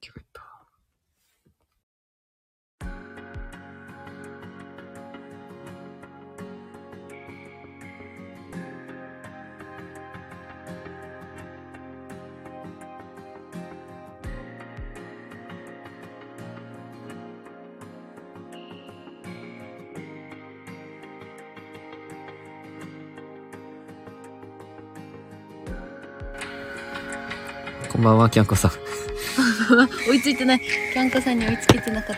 気が入った。こんばんは、きゃんこさん。追いついてない。キャンコさんに追いつけてなかっ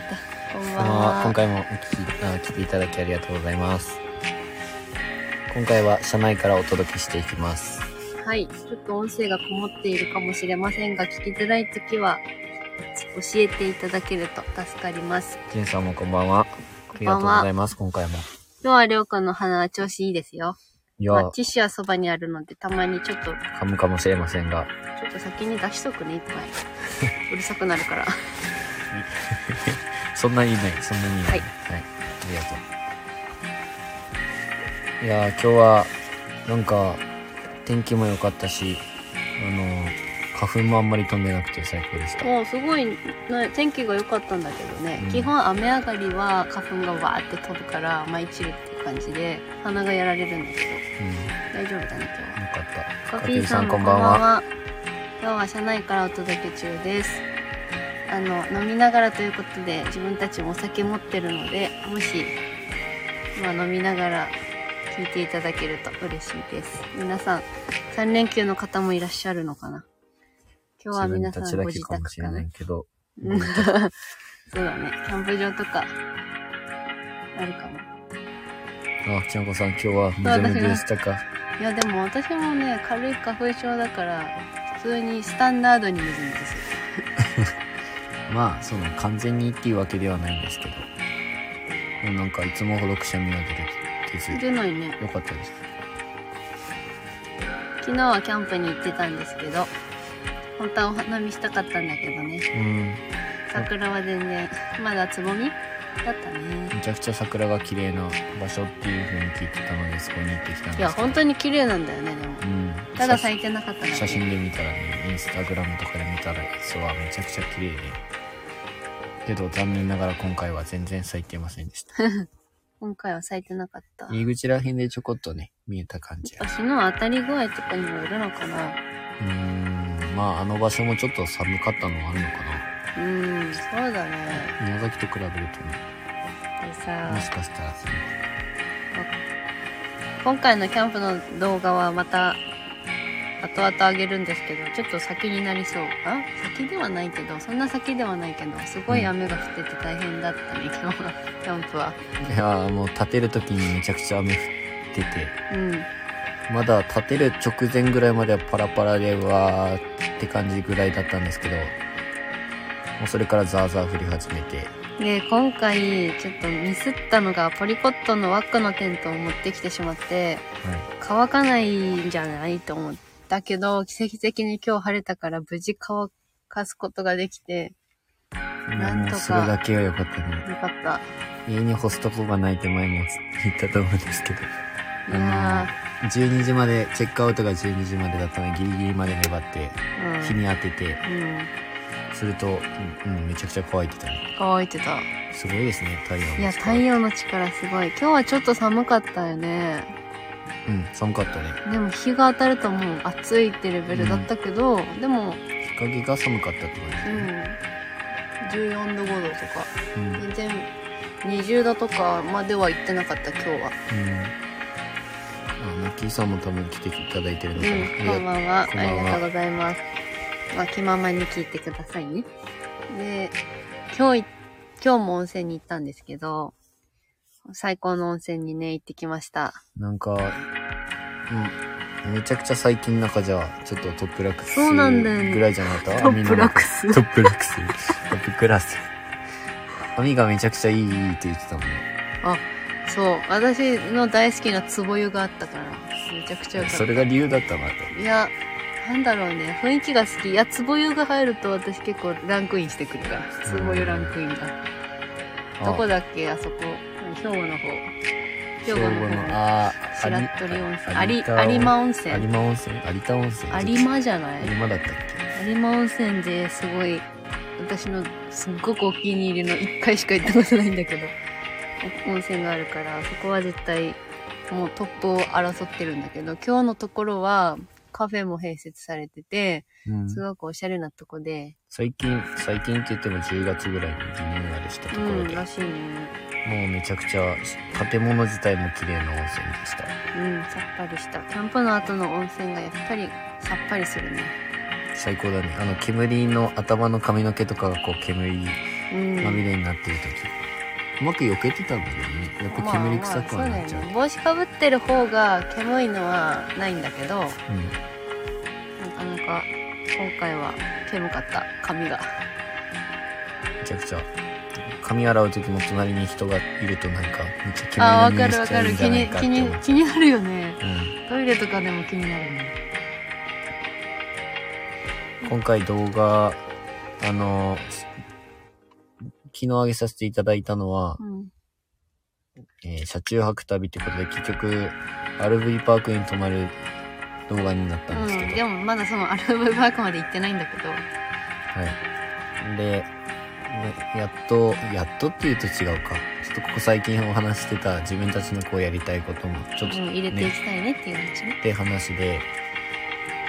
た。こんばんは。今回もお聞きあ、来ていただきありがとうございます。今回は車内からお届けしていきます。はい。ちょっと音声がこもっているかもしれませんが、聞きづらいときは、教えていただけると助かります。ジンさんもこんばんは。あこんりばがとうごんざは。います、今回も。今日はりょうくんの鼻は調子いいですよ。いまあや、ティッシュはそばにあるので、たまにちょっと、ちょ噛むかもしれませんが。っと先に出しとくね、いっぱい。 うるさくなるから。そんなにいいね、そんなにいいね。はいはい。ありがとう。いやー、今日は、なんか、天気も良かったし、あのー、花粉もあんまり飛んでなくて最高でした。もうすごい、な天気が良かったんだけどね、うん基本雨上がりは花粉がわーって飛ぶから舞い散るっていう感じで、鼻がやられるんだけど、うん、よ大丈夫だね、今日は。かった。コピーさんもこんばんは。今日は車内からお届け中です。あの飲みながらということで自分たちもお酒持ってるのでもしまあ飲みながら聞いていただけると嬉しいです。皆さん3連休の方もいらっしゃるのかな。今日は自分皆さたんちごだけ自かも宅しれかな。ないけど、うんそうだね。キャンプ場とかあるかも。あ、ちゃんこさん今日はむずむずでしたか。いやでも私もね軽い花粉症だから普通にスタンダードに水にでするまあ、その完全にっていうわけではないんですけど、もうなんかいつもほどくしゃみが出てきて、出ないねよかったです。昨日はキャンプに行ってたんですけど本当はお花見したかったんだけどねうん。桜は全然まだつぼみだったねめちゃくちゃ桜が綺麗な場所っていう風に聞いてたのでそこに行ってきたんですいや本当に、に綺麗なんだよねでもうん、ただ写咲いてなかっただけ写真で見たらねインスタグラムとかで見たら実はめちゃくちゃ綺麗でけど残念ながら今回は全然咲いてませんでした 今回は咲いてなかった入り口ら辺でちょこっとね見えた感じ足の当たり具合とかにもよるのかなうーんまああの場所もちょっと寒かったのはあるのかうんそうだねな宮崎と比べるとねでさもしかしたら今回のキャンプの動画はまた後々上げるんですけどちょっと先になりそうあ先ではないけどそんな先ではないけどすごい雨が降ってて大変だったね、今日はキャンプはいやーもう立てる時にめちゃくちゃ雨降っててうんまだ立てる直前ぐらいまではパラパラでわーって感じぐらいだったんですけど、もうそれからザーザー降り始めて、で今回ちょっとミスったのがポリコットンのワックのテントを持ってきてしまって乾かないんじゃないと思ったけど奇跡的に今日晴れたから無事乾かすことができていなやんもとうかそれだけは良かったね。よかった家に干すとこがないって前も言ったと思うんですけど、いや12時まで、チェックアウトが12時までだったのでギリギリまで粘って、ー日に当てて、うん、うん、すると、うん、うんめちゃくちゃ乾いてたね。乾いてたすごいですね、太陽のいや、力太。陽の力すごい。今日はちょっと寒かったよね。うん、寒かったね。でも日が当たるともう暑いってレベルだったけど、でも、日陰が寒かったって感じうだんね。、 14度5度とか、うん。うん全然20度とかまでは行ってなかった今日は。うん。あ、マッキーさんも多分来ていただいてるのかな。うん、あこんりがばんは。あこんばんはりがとうございます。まあ、気ままに聞いてくださいね。で、今日い、今日も温泉に行ったんですけど、最高の温泉にね、行ってきました。なんか、うん、めちゃくちゃ最近の中じゃ、ちょっとトップラックスそうなんだよねぐらいじゃなかったトップラックス。スト。ップラックス。トップクラス。網がめちゃくちゃいいいいって言ってたもんね。そう私の大好きなつぼ湯があったからめちゃくちゃ良かそっれが理由だったなと。たいやなんだろうね雰囲気が好きいやつぼ湯が入ると私結構ランクインしてくるからつぼ湯ランクインがあどこだっけあそこ兵庫の方兵庫の兵庫方あ白鳥温泉あありり有馬温有泉馬温泉有田温泉有馬じゃない有馬だったっ有馬温泉ですごい私のすっごくお気に入りの1回しか行ったことないんだけど温泉があるからそこは絶対もうトップを争ってるんだけど今日のところはカフェも併設されててうんすごくおしゃれなとこで、最近、最近って言っても10月ぐらいにリニューアルしたとうころん、で、らしいねもうめちゃくちゃ建物自体も綺麗な温泉でした。うんさっぱりしたキャンプの後の温泉がやっぱりさっぱりするね最高だね。あの煙の頭の髪の毛とかがこう煙うんまみれになってる時、うまく避けてたんだけどね。やっぱ煙臭くはなっちゃう。まあまあそうだよね、帽子かぶってる方が煙いのはないんだけどなかなか今回は煙かった髪がうん。めちゃくちゃ。髪洗う時も隣に人がいるとなんかめっちあゃあ煙ーの匂いしわかるわちかゃうるんじゃ気ないにかって気思にう。気になるよねうんトイレとかでも気になるね今回動画、あの、す昨日上げさせていただいたのはう、んえー車中泊旅ってことで結局、RV パークに泊まる動画になったんですけうん、ど、でもまだそのアルバムワークまで行ってないんだけどはい。で、ねやっと、やっとって言うと違うか。ちょっとここ最近お話ししてた自分たちのこうやりたいことも、ちょっとうん、入れていきたいねっていう話ねって話で、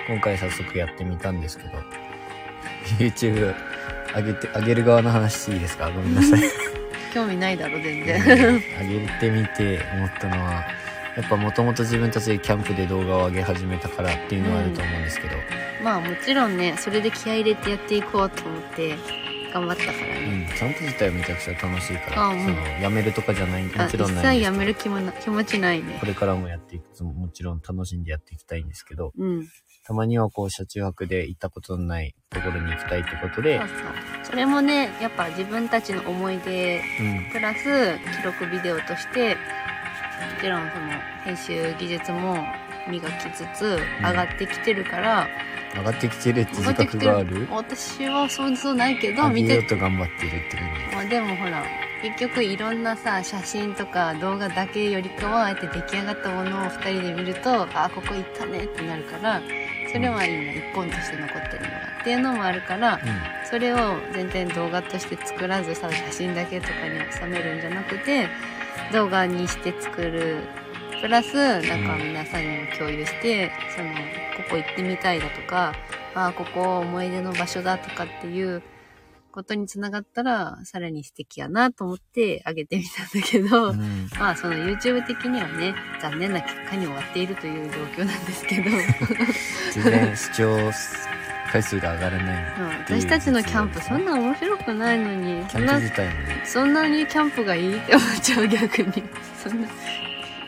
今回早速やってみたんですけど、YouTube 上げて、上げる側の話していいですかごめんなさい。 興味ないだろ全あ然 げてみて思ったのはやっぱもともと自分たちでキャンプで動画を上げ始めたからっていうのはあると思うんですけど、まあもちろんねそれで気合い入れてやっていこうと思って頑張ったからうね、ん、キャンプ自体はめちゃくちゃ楽しいからあうんそのやめるとかじゃないもあちろん一ないん切ですやけめどる気もな気持ちないねこれからもやっていくつももちろん楽しんでやっていきたいんですけどうんたまにはこう車中泊で行ったことのないところに行きたいってことでそう、そうそれもねやっぱ自分たちの思い出うん、プラス記録ビデオとしてもちろんその編集技術も磨きつつ上がってきてるから、上がってきてるって上自がってき覚てるがある私はそうそうないけど上見げようてと頑張ってるって感まあでもほら結局いろんなさ写真とか動画だけよりかはあえて出来上がったものを2人で見るとあここ行ったねってなるからそれはいいな一本として残ってるのがっていうのもあるからじ、うん、それを全然動画として作らずさ写真だけとかに収めるんじゃなくて動画にして作るプラスなんか皆さんにも共有して、そのここ行ってみたいだとかああここ思い出の場所だとかっていうことにつながったらさらに素敵やなと思ってあげてみたんだけど、うんまあその YouTube 的にはね残念な結果に終わっているという状況なんです けど。全然視聴回数が上がらないうん私たちのキャンプそんな面白くないのにキそャんンプな自体もねそんなにキャンプがいいって思っちゃう逆にそんな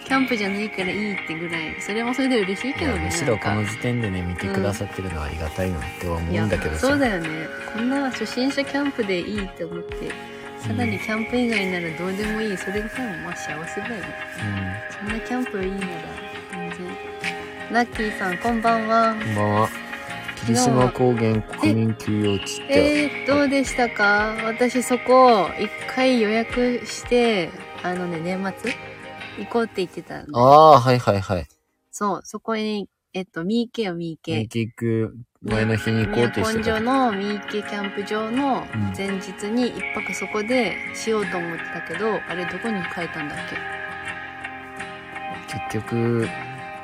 キャンプじゃないからいいってぐらいそれもそれで嬉しいいけどやねむしろこなのんか時点でね見てくださってるのはありがたいなっては思うんだけいどやさ、そうだよねこんな初心者キャンプでいいって思ってさらにキャンプ以外ならどうでもいいそれがさまあ幸せだよねそんなキャンプいいなら全然ラッキーさんこんばんはうん、こんばんは霧島高原国民休養地ってえー、どうでしたか私そこ一回予約してあのね年末行こうって言ってたのああはいはいはいそうそこにえっと三池よ三見池ていく前の日に行こうっ宮てして本た城の三池キャンプ場のうん前日に一泊そこでしようと思ってたけど、あれどこに書いたんだっけ結局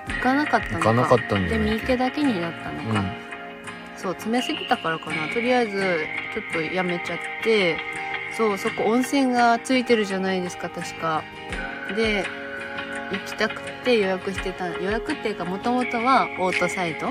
行かなかったのか行かなかったんだでよ三ね池だけになったのうか、んそう詰めすぎたからかなとりあえずちょっとやめちゃってそうそこ温泉がついてるじゃないですか確かで行きたくて予約してた予約っていうかもともとはオートサイト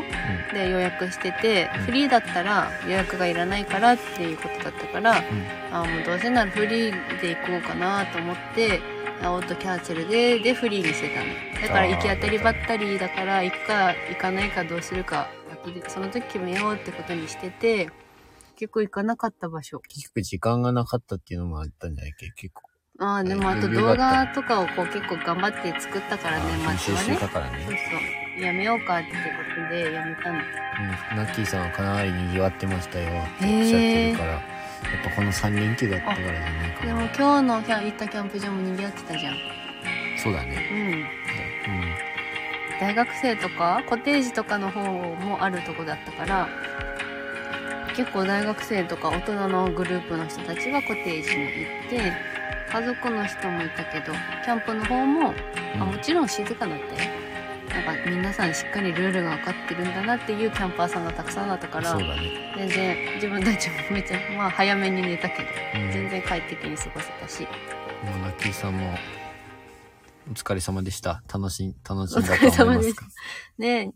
で予約してて、うんフリーだったら予約がいらないからっていうことだったから、あーもうどうせならフリーで行こうかなと思ってあオートキャンセルででフリーにしてたのだからあー行き当たりばったりだから行くか行かないかどうするか後でその時決めようってことにしてて結構行かなかった場所結局時間がなかったっていうのもあったんじゃないっけ結構ああでもはいあと余裕動があ画ったとかをこう結構頑張って作ったからねあーま編ず集はしてねたからそうね、そうやめようかってことでやめたのうん、ナッキーさんはかなり賑わってましたよってへおーっしゃってるからやっぱこの3連休だったからじゃないかでなも今日のキャン行ったキャンプ場も賑わってたじゃんそうだねうんうん大学生とかコテージとかの方もあるとこだったから結構大学生とか大人のグループの人たちはコテージに行って家族の人もいたけどキャンプの方も、あもちろん静かだったよなんか皆さんしっかりルールが分かってるんだなっていうキャンパーさんがたくさんだったからそうだね、全然自分たちもめっちゃまあ早めに寝たけどうん、全然快適に過ごせたしもうラッキーさんもお疲れ様でした楽しん楽しんおだ疲れと思い様まですすかねえ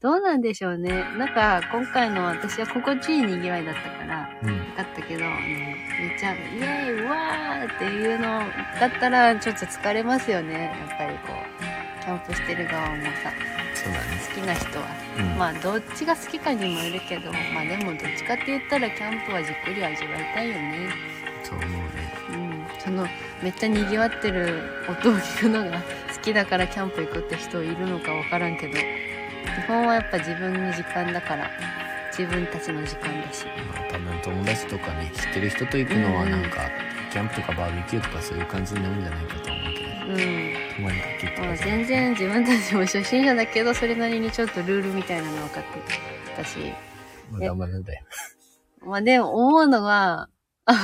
どうなんでしょうねなんか今回の私は心地いいにぎわいだったからうんよかったけど、ね、めっちゃ「イエーイうわー!」っていうのだったらちょっと疲れますよねやっぱりこうキャンプしてる側もさそうだね、好きな人はうんまあどっちが好きかにもよるけどまあでもどっちかって言ったらキャンプはじっくり味わいたいよねそう思うねうんそのめっちゃにぎわってる音を聞くのが好きだからキャンプ行くって人いるのか分からんけど基本はやっぱ自分の時間だから自分たちの時間だしまあ多分友達とかね知ってる人と行くのはなんか、キャンプとかバーベキューとかそういう感じになるんじゃないかと思うけどうん泊まりかけとまかあじゃな全い然自分たちも初心者だけどそれなりにちょっとルールみたいなの分かってたしまだまだだよまあでも思うのはあ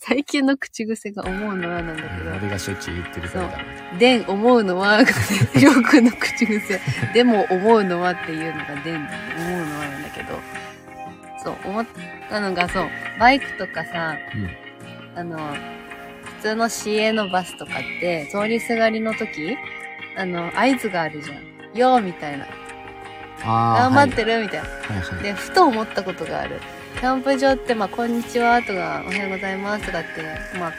最近の口癖が思うのはなんだうんけ俺がしょっちゅう言ってるからだろうど「でん思うのは」りょうくんの口癖「でも思うのは」っていうのが「でん思うのは」なんだけどそう思ったのがそうバイクとかさあの、普通の市営のバスとかって、通りすがりの時、あの、合図があるじゃん。よーみたいうん、な。ああ頑張ってる、みたいな。はいはいはいで、ふと思ったことがある。キャンプ場って、まあ、こんにちはとか、おはようございますとかって、まあ、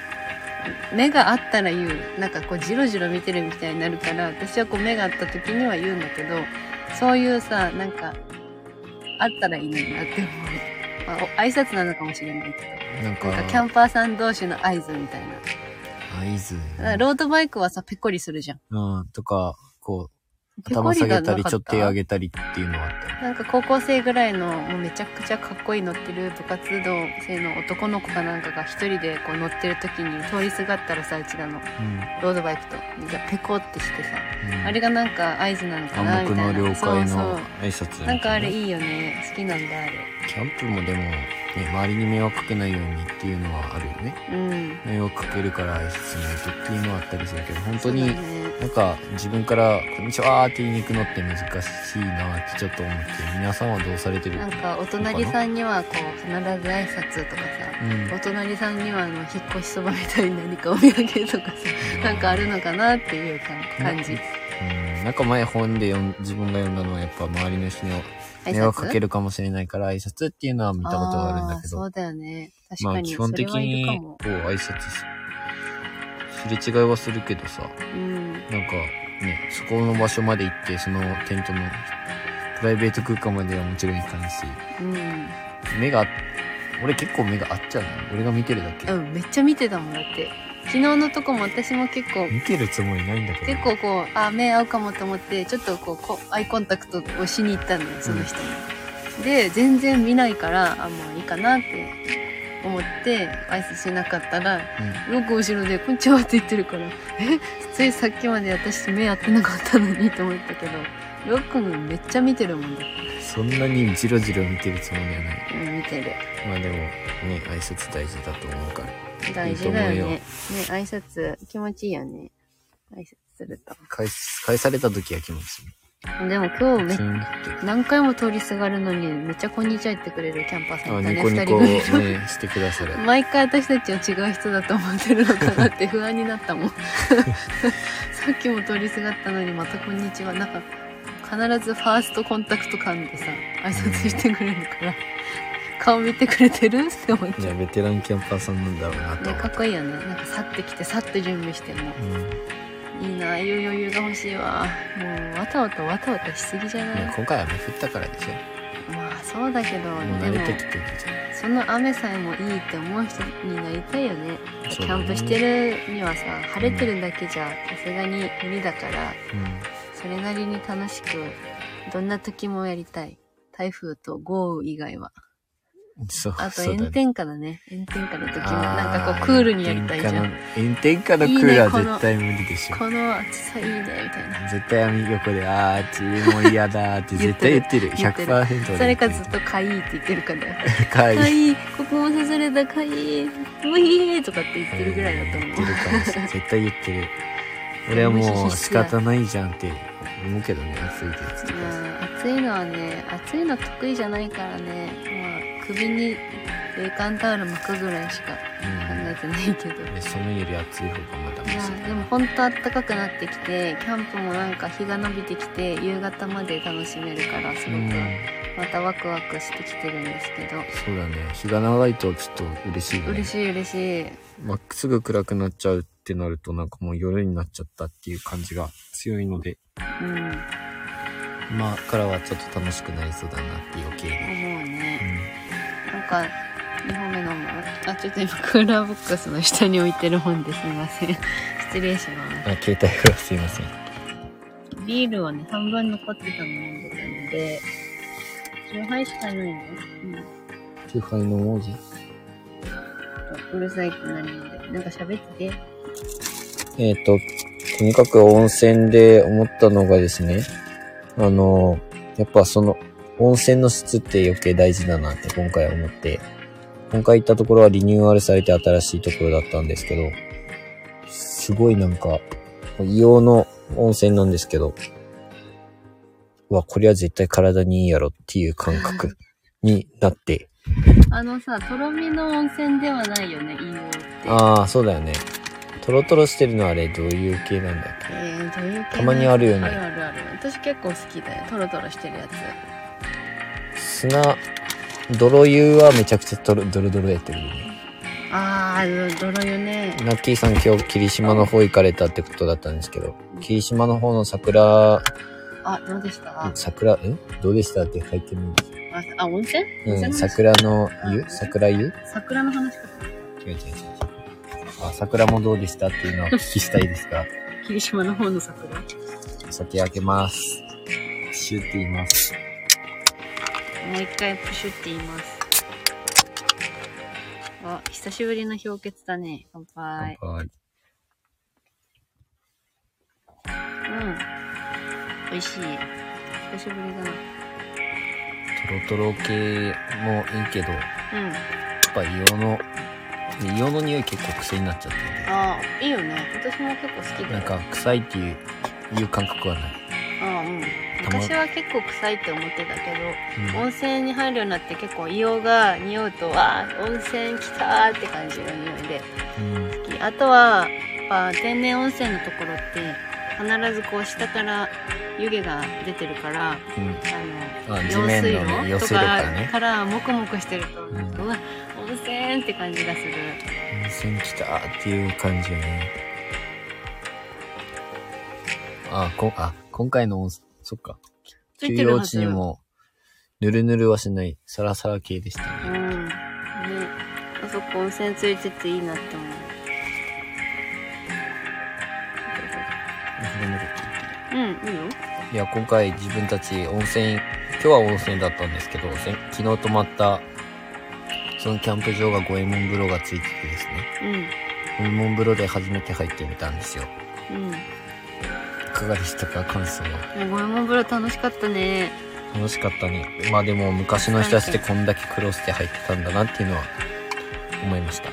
目があったら言う。なんかこう、じろじろ見てるみたいになるから、私はこう、目があった時には言うんだけど、そういうさ、なんか、あったらいいのになって思う。まあ、お挨拶なのかもしれないけなんかど。なんか、キャンパーさん同士の合図みたいな。合図だからロードバイクはさ、ペコリするじゃん。うんとかこうペコ頭リ下げがなたかりったちょっと手上げたりっていうのはあったよなんか高校生ぐらいの、もうめちゃくちゃかっこいい乗ってる部活動生の男の子かなんかが一人でこう乗ってる時に通りすがったらさ、うちらのロードバイクと。じゃあペコってしてさ、うんうんあれがなんか合図なのかな暗黙みたいな。の了解そうのそ。挨拶みたいうなんかあれキいいよね。好きなんだ、あれ。ャンプもでも、ね、周りに迷惑かけないようにっていうのはあるよねうん。迷惑かけるから挨拶しないとっていうのはあったりするけど本当そうにだねなんか自分から「こんにちは」って言いに行くのって難しいなってちょっと思って皆さんはどうされてるなんかお隣さんにはこう、必ず挨拶とかさ、うんお隣さんにはあの、引っ越しそばみたいに何かお土産とかさ、なんかあるのかなっていう感感じ。うんなんか前本で読ん自分が読んだのはやっぱ周りの人に迷惑かけるるかもしれないから挨拶っていうのは見たことがあるんだけそどうだよね。確まかあに。基そ本れ的はいるかにもこ。う挨拶しすれ違いはするけどさうん。なんかねそこの場所まで行ってそのテントのプライベート空間まではもちろん行かないしうん。目が俺結構目が合っちゃうの俺が見てるだけ、うん、めっちゃ見てたもんだって。昨日のとこも私も結構、見てるつもりないんだけど結構こう、あ、目合うかもと思って、ちょっとこう、こうアイコンタクトをしに行ったのよ、その人に。で、全然見ないから、あ、もういいかなって思って、挨拶しなかったら、よく後ろで、こんにちはって言ってるから、え、ついさっきまで私目合ってなかったのにと思ったけど、りょうくんめっちゃ見てるもんだって。うんそんなにじろじろ見てるつもりはないうん、見てる。まあでもね挨拶大事だと思うから大事だよね。いいと思うよね、挨拶気持ちいいよね。挨拶すると。返す返された時は気持ちいいでも今日めキーンって何回も通りすがるのにめっちゃこんにちは言ってくれるキャンパーさんあいたニね、コ二ニコ人を組ねの。してくださる毎回私たちは違う人だと思ってるのかなって不安になったもん。さっきも通りすがったのにまたこんにちは。なんか必ずファーストコンタクト感でさ、挨拶してくれるから、顔見てくれてるって思っじちゃゃあベテランキャンパーさんなんだろうなう。とね、思かっっこいいよね。なんか去ってきて、さっと準備しても。た、うんいいなああいう余裕が欲しいわもうわたわたわたわたしすぎじゃないね、今回雨降ったからでしょまあそうだけどもうで慣れもてきてるじゃその雨さえもいいって思う人になりたいよねんキそうャだねンプしてるにはさ晴れてるだけじゃさすがに無理だからうんそれなりに楽しくどんな時もやりたい台風と豪雨以外はそうあとそうだ炎ね天下だね。炎天下の時もあーなんかこうクールにやりたいじゃん。炎天下の炎天下のクールは絶対無理でしょこの暑さいいね、みたいな。絶対網横で「あーちもう嫌だ」って絶対言ってる 言ってる100%俺言ってるそれかずっとかいいって言ってるからだよ。かかいいい、ここも刺された、かいい、ういーとかって言ってるぐらいだと思う。言ってるかもしれない絶対言って る俺はもう仕方ないじゃんって思うけどね暑いですいやー暑いのはね暑いの得意じゃないからね、まあ、首に冷感タオル巻くぐらいしか考えてないけど、いうん、寒いより暑い方がまだマやシーでもほんと暖かくなってきてキャンプもなんか日が伸びてきて夕方まで楽しめるからすうごくんまたワクワクしてきてるんですけど、そうだね日が長いとちょっと嬉しいよね嬉しい嬉しいまあ、すぐ暗くなっちゃうってなるとなんかもう夜になっちゃったっていう感じが強いのでうん思まあからはちょっと楽しくなりそうだなって余計うに、うねんなんか2本目のもあちょっと今クーラーボックスの下に置いてる本ですいません失礼しますあ携帯がすいませんビールはね、半分残ってたの飲んでたので、1杯しかないの、手配の文字うん、うるさいってなるので、なんか喋ってて。えっ、と、とにかく温泉で思ったのがですね、あの、やっぱその、温泉の質って余計大事だなって今回思って、今回行ったところはリニューアルされて新しいところだったんですけど、すごいなんか、硫黄の温泉なんですけど、うわ、これは絶対体にいいやろっていう感 覚になって、あのさ、とろみの温泉ではないよね、硫黄って。ああ、そうだよね。トロトロしてるのはあれどういう系なんだっけえー、どういう系たまにあるよねあるあるある。私結構好きだよ。トロトロしてるやつ。砂泥湯はめちゃくちゃドロドロドロやってるよねあー、ど泥よね。ナッキーさん今日霧島の方行かれたってことだったんですけど霧島の方の桜あ、どうでしたあ、桜んどうでしたって書いてるんですよあ温泉温うん泉の話桜の湯桜湯違う桜の話か。違う違う違うあ桜もどうでしたっていうのをお聞きしたいですが霧島の方の桜。お酒開けますシュって言いますもう一回プシュって言います。あ、久しぶりの氷結だね。乾杯。乾杯うん。美味しい。久しぶりだな。トロトロ系もいいけどやうん。っぱ硫黄の硫黄の匂い結構癖になっちゃってるああ、いいよね。私も結構好きだよ。なんか臭いっていういう感覚はない、ああ、うん。たま昔は結構臭いって思ってたけうんど、温泉に入るようになって結構硫黄が匂うと、わあ、温泉来たーって感じの匂いでうん好き。あとは、やっぱ天然温泉のところって、必ずこう下から湯気が出てるから、うんああの、地面のね用寄水せる路とからかねからもこもこしてると、んなんかうわ、温泉って感じがする。温泉来たーっていう感じよねあこあ今回の温泉そっかつ休いてる養は地ずにもぬるぬるはしないサラサラ系でしたうね、ん。ね、あそこ温泉ついてていいなって思う。うん、いいよ。いや今回自分たち温泉今日は温泉だったんですけどせ昨日泊まったそのキャンプ場が五右衛門風呂がついててですね五右衛門風呂で初めて入ってみたんですようん、うん。ねいかがでしたか感想は五右衛門風呂楽しかったね。楽しかったねまあでも昔の人たちってこんだけ苦労して入ってたんだなっていうのは思いました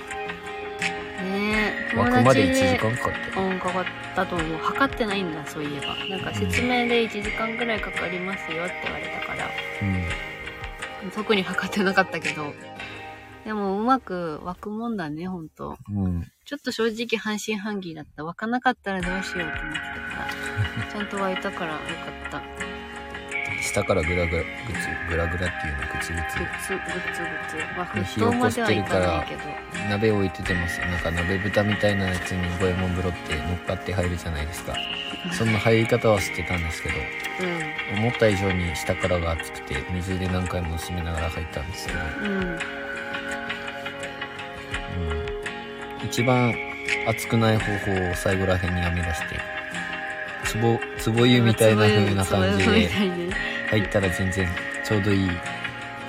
ね友枠ま達で1時間かかったうん、かかったと思う。測ってないんだ、そういえば。なんか説明で1時間ぐらいかかりますよって言われたから。うん特に測ってなかったけど。でもうまく湧くもんだね、ほんと。うんちょっと正直半信半疑だった。湧かなかったらどうしようと思ってたから。ちゃんと湧いたからよかった。下からグラグラグツグラグラっていうのグツググッズ、グッズ、グッズ。まあ、ね沸騰まではいかないけど。ツ鍋置いててますなんか鍋豚みたいなやつに五右衛門風呂って乗っかって入るじゃないですかそんな入り方は知ってたんですけど思った以上に下からが熱くて水で何回も薄めながら入ったんですけどうん。うん。うん一番熱くない方法を最後らへんに編み出してつぼつぼ湯みたいな風な感じそういでうみたいね入ったら全然ちょうどいい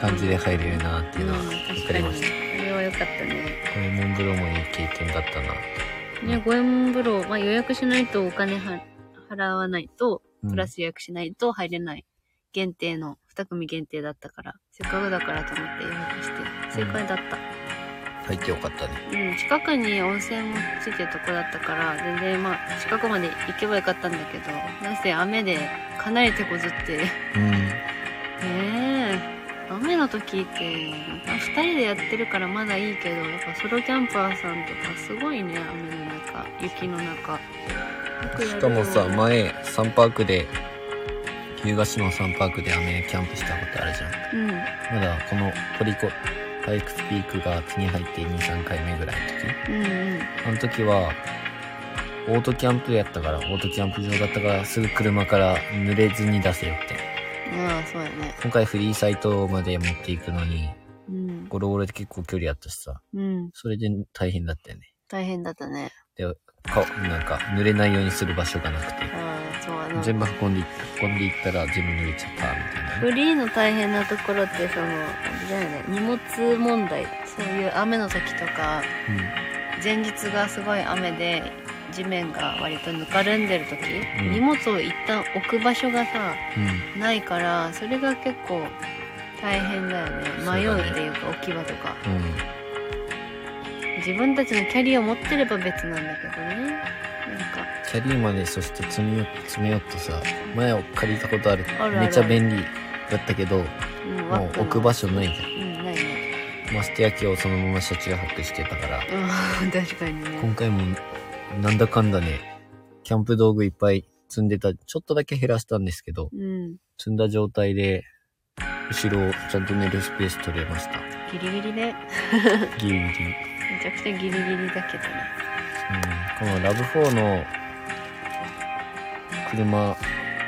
感じで入れるなっていうのはうん分確かかりにました。あれは良かったねこれモンブロもいい経験だったなって。ね五右衛門風呂、まあ、予約しないとお金は払わないとうんプラス予約しないと入れない限定の2組限定だったからせっかくだからと思って予約して正解だった入ってよかったね。うん、近くに温泉もついてるとこだったから全然まあ近くまで行けばよかったんだけどなんせ雨でかなり手こ ずってねえ雨の時ってなんか2人でやってるからまだいいけどやっぱソロキャンパーさんとかすごいね雨の中雪の中ようくん。やしるかもさ、よ前、サンパークで、日向市のサンパークで雨キャンプしたことあるじゃん。うんまだこのトリコ、パイクスピークが手に入って2、3回目ぐらいの時。うんうんあの時は、オートキャンプやったから、オートキャンプ場だったから、すぐ車から濡れずに出せよって。ああそうやね今回フリーサイトまで持っていくのに、うんゴロゴロで結構距離あったしさ、うんそれで大変だったよね。大変だったねか、なんか、濡れないようにする場所がなくて。ああそうやな全部運んでいった、運んでいったら全部濡れちゃった、みたいなね。フリーの大変なところってそのあれだよね荷物問題そういう雨の時とか前日がすごい雨で地面が割とぬかるんでる時、うん荷物を一旦置く場所がさうん。ないからそれが結構大変だよねそうだね迷うっていうか置き場とか、うん。うん。自分たちのキャリーを持ってれば別なんだけどねなんかキャリーまで、そして積みよ、積みよってさ、前を借りたことある。あるあるめちゃ便利だったけど、もうんうワックの置く場所ないじゃん。うんないねましてや今日そのまま車中泊してたから、うん 確かにね今回もなんだかんだね、キャンプ道具いっぱい積んでた、ちょっとだけ減らしたんですけど、うん積んだ状態で、後ろをちゃんと寝るスペース取れました。ギリギリねギリギリ。うん。めちゃくちゃギリギリだけどねこのラブ4の車、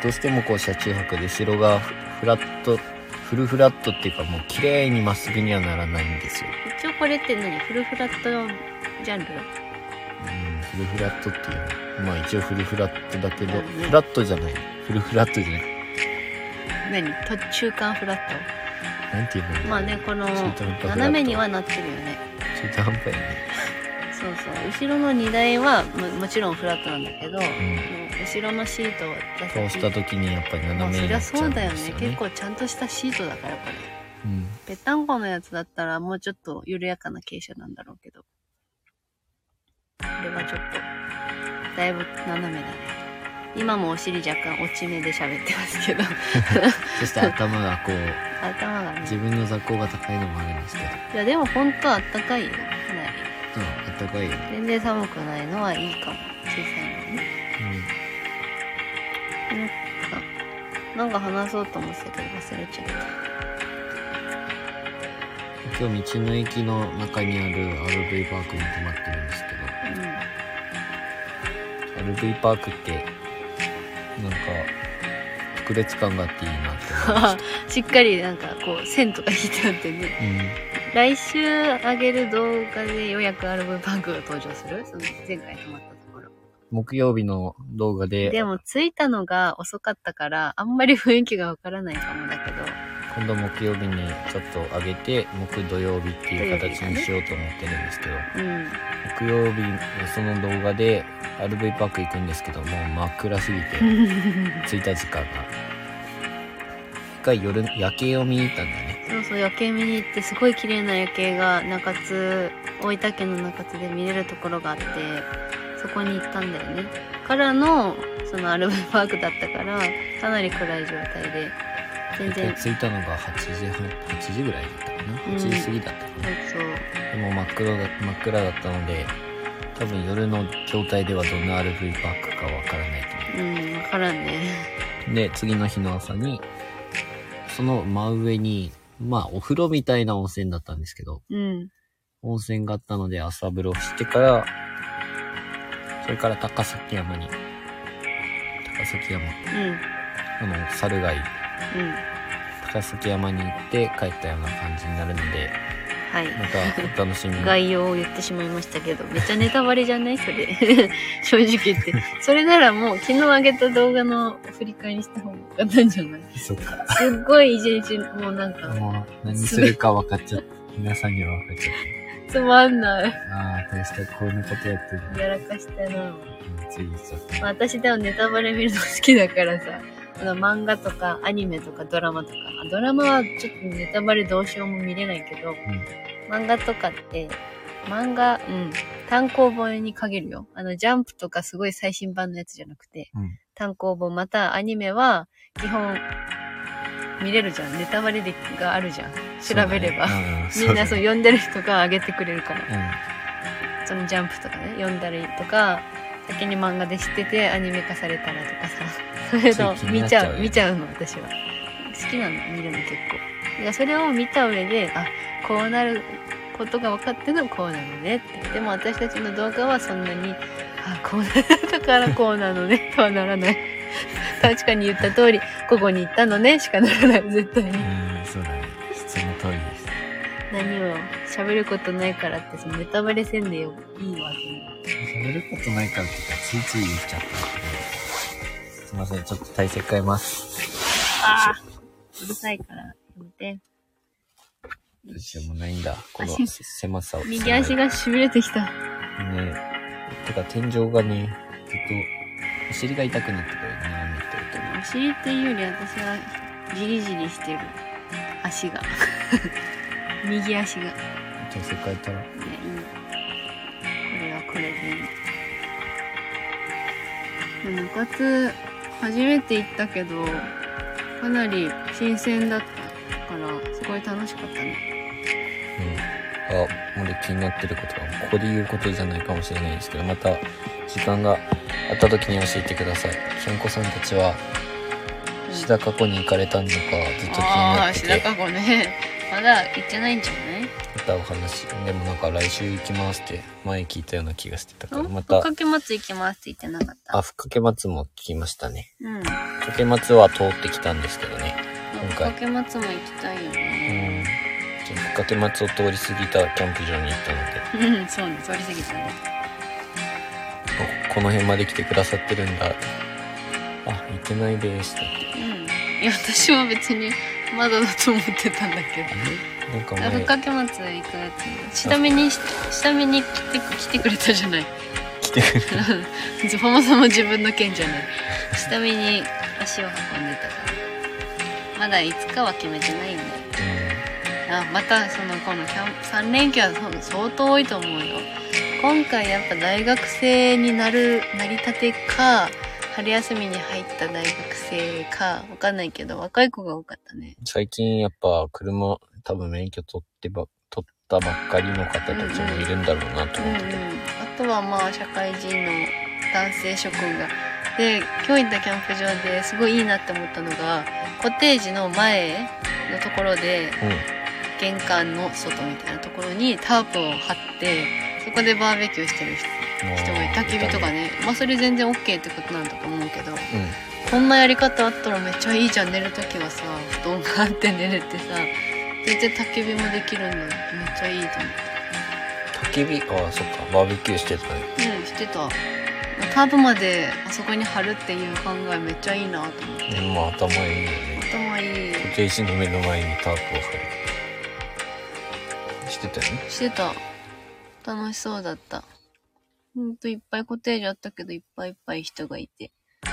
どうしてもこう車中泊で後ろがフフラット、フルフラットっていうかもう綺麗にまっすぐにはならないんですよ。一応これって何フルフラットジャンルうんフルフラットっていうのまあ一応フルフラットだけど、うんフラットじゃないフルフラットじゃない何途中間フラットなんていうのまあねこの中途半端フラット斜めにはなってるよね中途半端やねそうそう後ろの荷台はももちろんフラットなんだけど、後ろのシートを倒した時にやっぱりま斜あめそにりなっゃちゃそううんだよでねすよね結構ちゃんとしたシートだからこれうんぺったんこのやつだったらもうちょっと緩やかな傾斜なんだろうけどこれはちょっとだいぶ斜めだね今もお尻若干落ち目で喋ってますけど そして頭がこう頭がね自分の座高が高いのもあるんですけどいやでもほんとあったかいよかなりうんあったかいよね全然寒くないのはいいかも小さいのねなんか話そうと思ってたけど忘れちゃっうん今日道の駅の中にある RV パークに泊まってるんですけたうんど RV パークってなんか特別感があっていいなって思いまし しっかりなんかこう線とか引いてあってねた、 うん来週あげる動画でようやくアルバムバンクが登場するその前回泊まったところ木曜日の動画で、でも着いたのが遅かったからあんまり雰囲気がわからないかもだけど今度木曜日にちょっと上げて、木土曜日っていう形にしようと思ってるんですけど、うん木曜日のその動画で RV パーク行くんですけど、もう真っ暗すぎて、着いた時間が。一回夜、夜景を見に行ったんだよね。そうそう夜景見に行ってすごい綺麗な夜景が中津大分県の中津で見れるところがあってそこに行ったんだよねからのそのアルバムパークだったからかなり暗い状態で全然で着いたのが8時半、8時ぐらいだったかな。うん8時過ぎだったかな。そうでも真っ暗だ、真っ暗だったので、多分夜の状態ではどんな RV パークかわからないと思う。そううんわからんねで次の日の朝にその真上にまあお風呂みたいな温泉だったんですけどうん温泉があったので朝風呂してからそれから高崎山に高崎山うあの猿がいるんうん高崎山に行って帰ったような感じになるのではい。またお楽し みに。概要を言ってしまいましたけど、めっちゃネタバレじゃないそれ。 正直言って。それならもう昨日上げた動画の振り返りした方が良かったんじゃないそっか。すっごい一日もうなんか、もう、何するか分かっちゃった。皆さんには分かっちゃっつまんない。た。ああ、こうした、こういうことやってる。やらかしたな。うんつい言っちゃっまあた。私でもネタバレ見るの好きだからさ、あの漫画とかアニメとかドラマとか、あドラマはちょっとネタバレどうしようも見れないけど、漫画とかって、漫画、うん、単行本に限るよ。あの、ジャンプとかすごい最新版のやつじゃなくて、うん単行本またアニメは基本見れるじゃん。ネタバレがあるじゃん。調べれば。そうだね。みんなそううだね読んでる人が上げてくれるから。うん。そのジャンプとかね、読んだりとか、先に漫画で知っててアニメ化されたらとかさ、 そういうのつい気に見なっちちゃうゃう、よね見ちゃうの、私は。好きなの、見るの結構。だからそれを見た上で、あ、こうなることが分かってのこうなのねって。でも私たちの動画はそんなに、あ、こうなったからこうなのね、とはならない。 確かに言った通り、ここに行ったのね、しかならない、絶対に。うん、そうだね。その通りです。何を喋ることないからって、そのネタバレせんでよ、いいわけない。喋ることないからっていうか、ついつい言っちゃったんだけど。すいません、ちょっと体勢変えます。あーうるさいから、やめて。どうしようもないんだ。この足狭さを。右足が痺れてきた。ねてか天井がね、ずっと、お尻が痛くなってくるね、雨降ってると。お尻っていうより私はじりじりしてる。足 が。右足が。いや、調整変えたら、いい。これはこれでいい。でも部活、初めて行ったけど、かなり新鮮だったから、すごい楽しかったね。うん。あ、俺気になってることが、ここで言うことじゃないかもしれないんですけど、また、時間があった時に教えてください。健子さんたちは、志田過去に行かれたのか、ずっと気にあなあ、って白て、川湖ね。まだ行ってないんじゃないまたお話、でもなんか来週行きますって、前聞いたような気がしてたから、まふったか、け松行きますって言ってなかった。あ、ふっかけ松も聞きましたね。うん。ふっかけ松は通ってきたんですけどね。ふっかけ松も行きたいようんね。ちょっと掛け松を通り過ぎたキャンプ場に行ったのでうん、そうね、通り過ぎたね。ここの辺まで来てくださってるんだってあ行ってないですってうん。いや、私は別にまだだと思ってたんだけど。なんかあふっ前かけ松行くやつ。下見にし、下見に来て、来てくれたじゃない。来てくれそもそも自分の件じゃない。下見に足を運んでたから。まだいつかは決めてないんだよ。あまたそのこのキャン3連休はそう相当多いと思うよ今回やっぱ大学生になるなりたてか春休みに入った大学生かわかんないけど若い子が多かったねうん最近やっぱ車多分免許取ってば取ったばっかりの方たちもいるんだろうなとうん思うんっあて、とはまあ社会人の男性諸君がで今日行ったキャンプ場ですごいいいなって思ったのがコテージの前のところでうん玄関の外みたいなところにタープを張ってそこでバーベキューしてる人もう人がい焚き火とかねまあそれ全然 OK ってことなんだと思うけどうんこんなやり方あったらめっちゃいいじゃん寝るときはさ布団があって寝れてさ全然焚き火もできるんだよめっちゃいいと思焚き火ああそっかバーベキューしてたねってうんしてたタープまであそこに貼るっていう考えめっちゃいいなと思ってでも頭いいよね頭いい固定石の目の前にタープを張るしてたよねしてた楽しそうだったほんといっぱいコテージあったけどいっぱいいっぱい人がいてう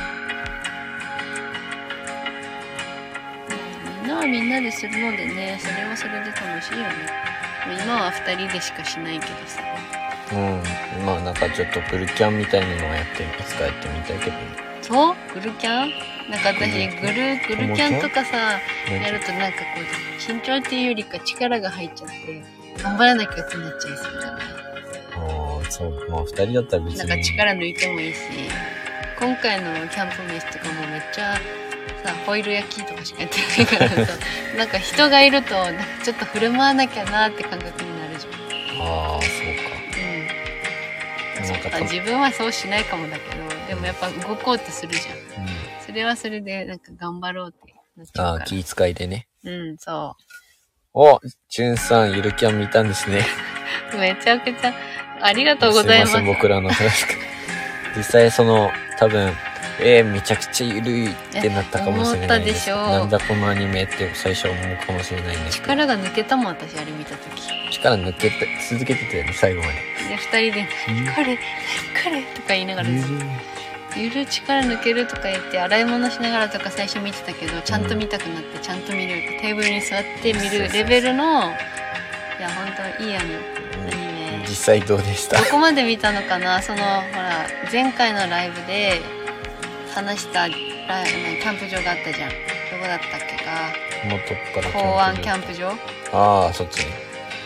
んみんなはみんなでするのでねそれはそれで楽しいよねもう今は2人でしかしないけどさうん、まあなんかちょっとグルキャンみたいなのをやっていつかやってみたいけどそうグルキャンなんか私グルグルキャンとかさね。やるとなんかこう慎重っていうよりか力が入っちゃって頑張らなきゃってなっちゃいそうだあなあ、そう。まあ二人だったら別なに。んか力抜いてもいいし今回のキャンプ飯とかもめっちゃさホイル焼きとかしかやってない からさなんか人がいるとなんかちょっと振る舞わなきゃなって感覚になるじああ、そゃうか。なんかん、うん、あ自分はそうしないかもだけどでもやっぱ動こうとするじゃうんんそれはそれでなんか頑張ろうってなっちゃあうあ、から気遣いでね。うんそお、じゅんさん、ゆるキャン見たんですね。めちゃくちゃ、ありがとうございます。すいません、僕らの話が。 実際その、多分、えー、めちゃくちゃゆるいってなったかもしれないです。え思ったでしょなんだこのアニメって最初は思うかもしれないんですけど。力が抜けたもん、私、あれ見たとき。力抜けて、続けてたよね、最後まで。で、二人で、何これ、何これとか言いながらずっとゆる力抜けるとか言って洗い物しながらとか最初見てたけどちゃんと見たくなってちゃんと見れるテーブルに座って見るレベルのいや本当いいアニメアニメ実際どうでしたどこまで見たのかなそのほら前回のライブで話したライブキャンプ場があったじゃんどこだったっけかもっとこから港湾キャンププ場場。ああ、そっちね。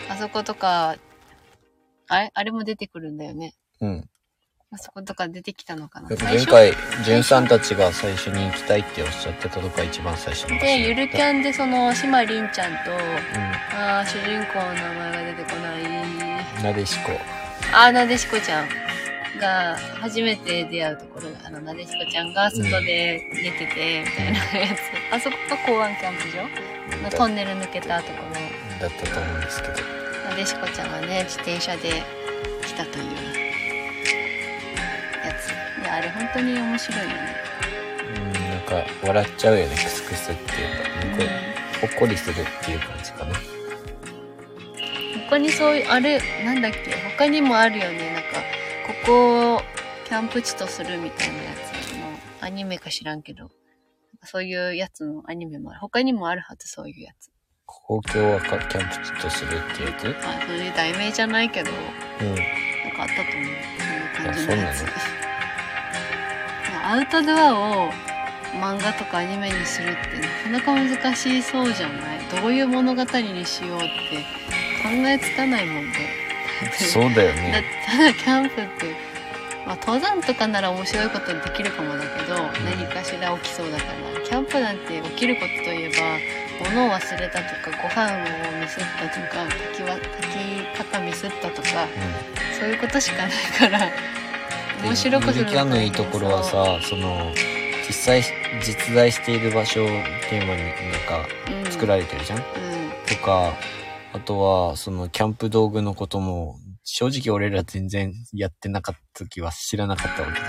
あそことかあれあれも出てくるんだよねうん。あそことか出てきたのかな最前初回、じゅんさんたちが最初に行きたいっておっしゃってたとか一番最初の話だったでゆるキャンでその島凛ちゃんとうあー主人公の名前が出てこないん。なでしこ。あーなでしこちゃんが初めて出会うところあのなでしこちゃんが外で 寝ててみたいなやつ、あそこが港湾キャンプ場のだトンネル抜けたとこだったと思うんですけど。ろなでしこちゃんがね自転車で来たというやついやあれ本当に面白いよね、うん、なんか、笑っちゃうよね、クスクスっていうか。なんかほっこりするっていう感じかな。他にそういうあれなんだっけ他にもあるよねなんかここをキャンプ地とするみたいなやつのアニメか知らんけどそういうやつのアニメもある他にもあるはずそういうやつ公共はかキャンプ地とするっていうやつうん。まあそういう題名じゃないけどなんかあったと思うそういう感じのやつあそうなアウトドアを漫画とかアニメにするってなかなか難しそうじゃないどういう物語にしようって考えつかないもんで、そうだよだってね。ただキャンプって、まあ、登山とかなら面白いことできるかもだけど、何かしら起きそうだからキャンプなんて起きることといえば物を忘れたとかご飯をミスったとか炊きわ炊き方ミスったとかうそういうことしかないからん。面白くするゆるキャンのいいところはさ、その、実際、実在している場所をテーマになんか作られれてるじゃん、うん、うんとか、あとは、その、キャンプ道具のことも、正直俺ら全然やってなかった時は知らなかったわけだ。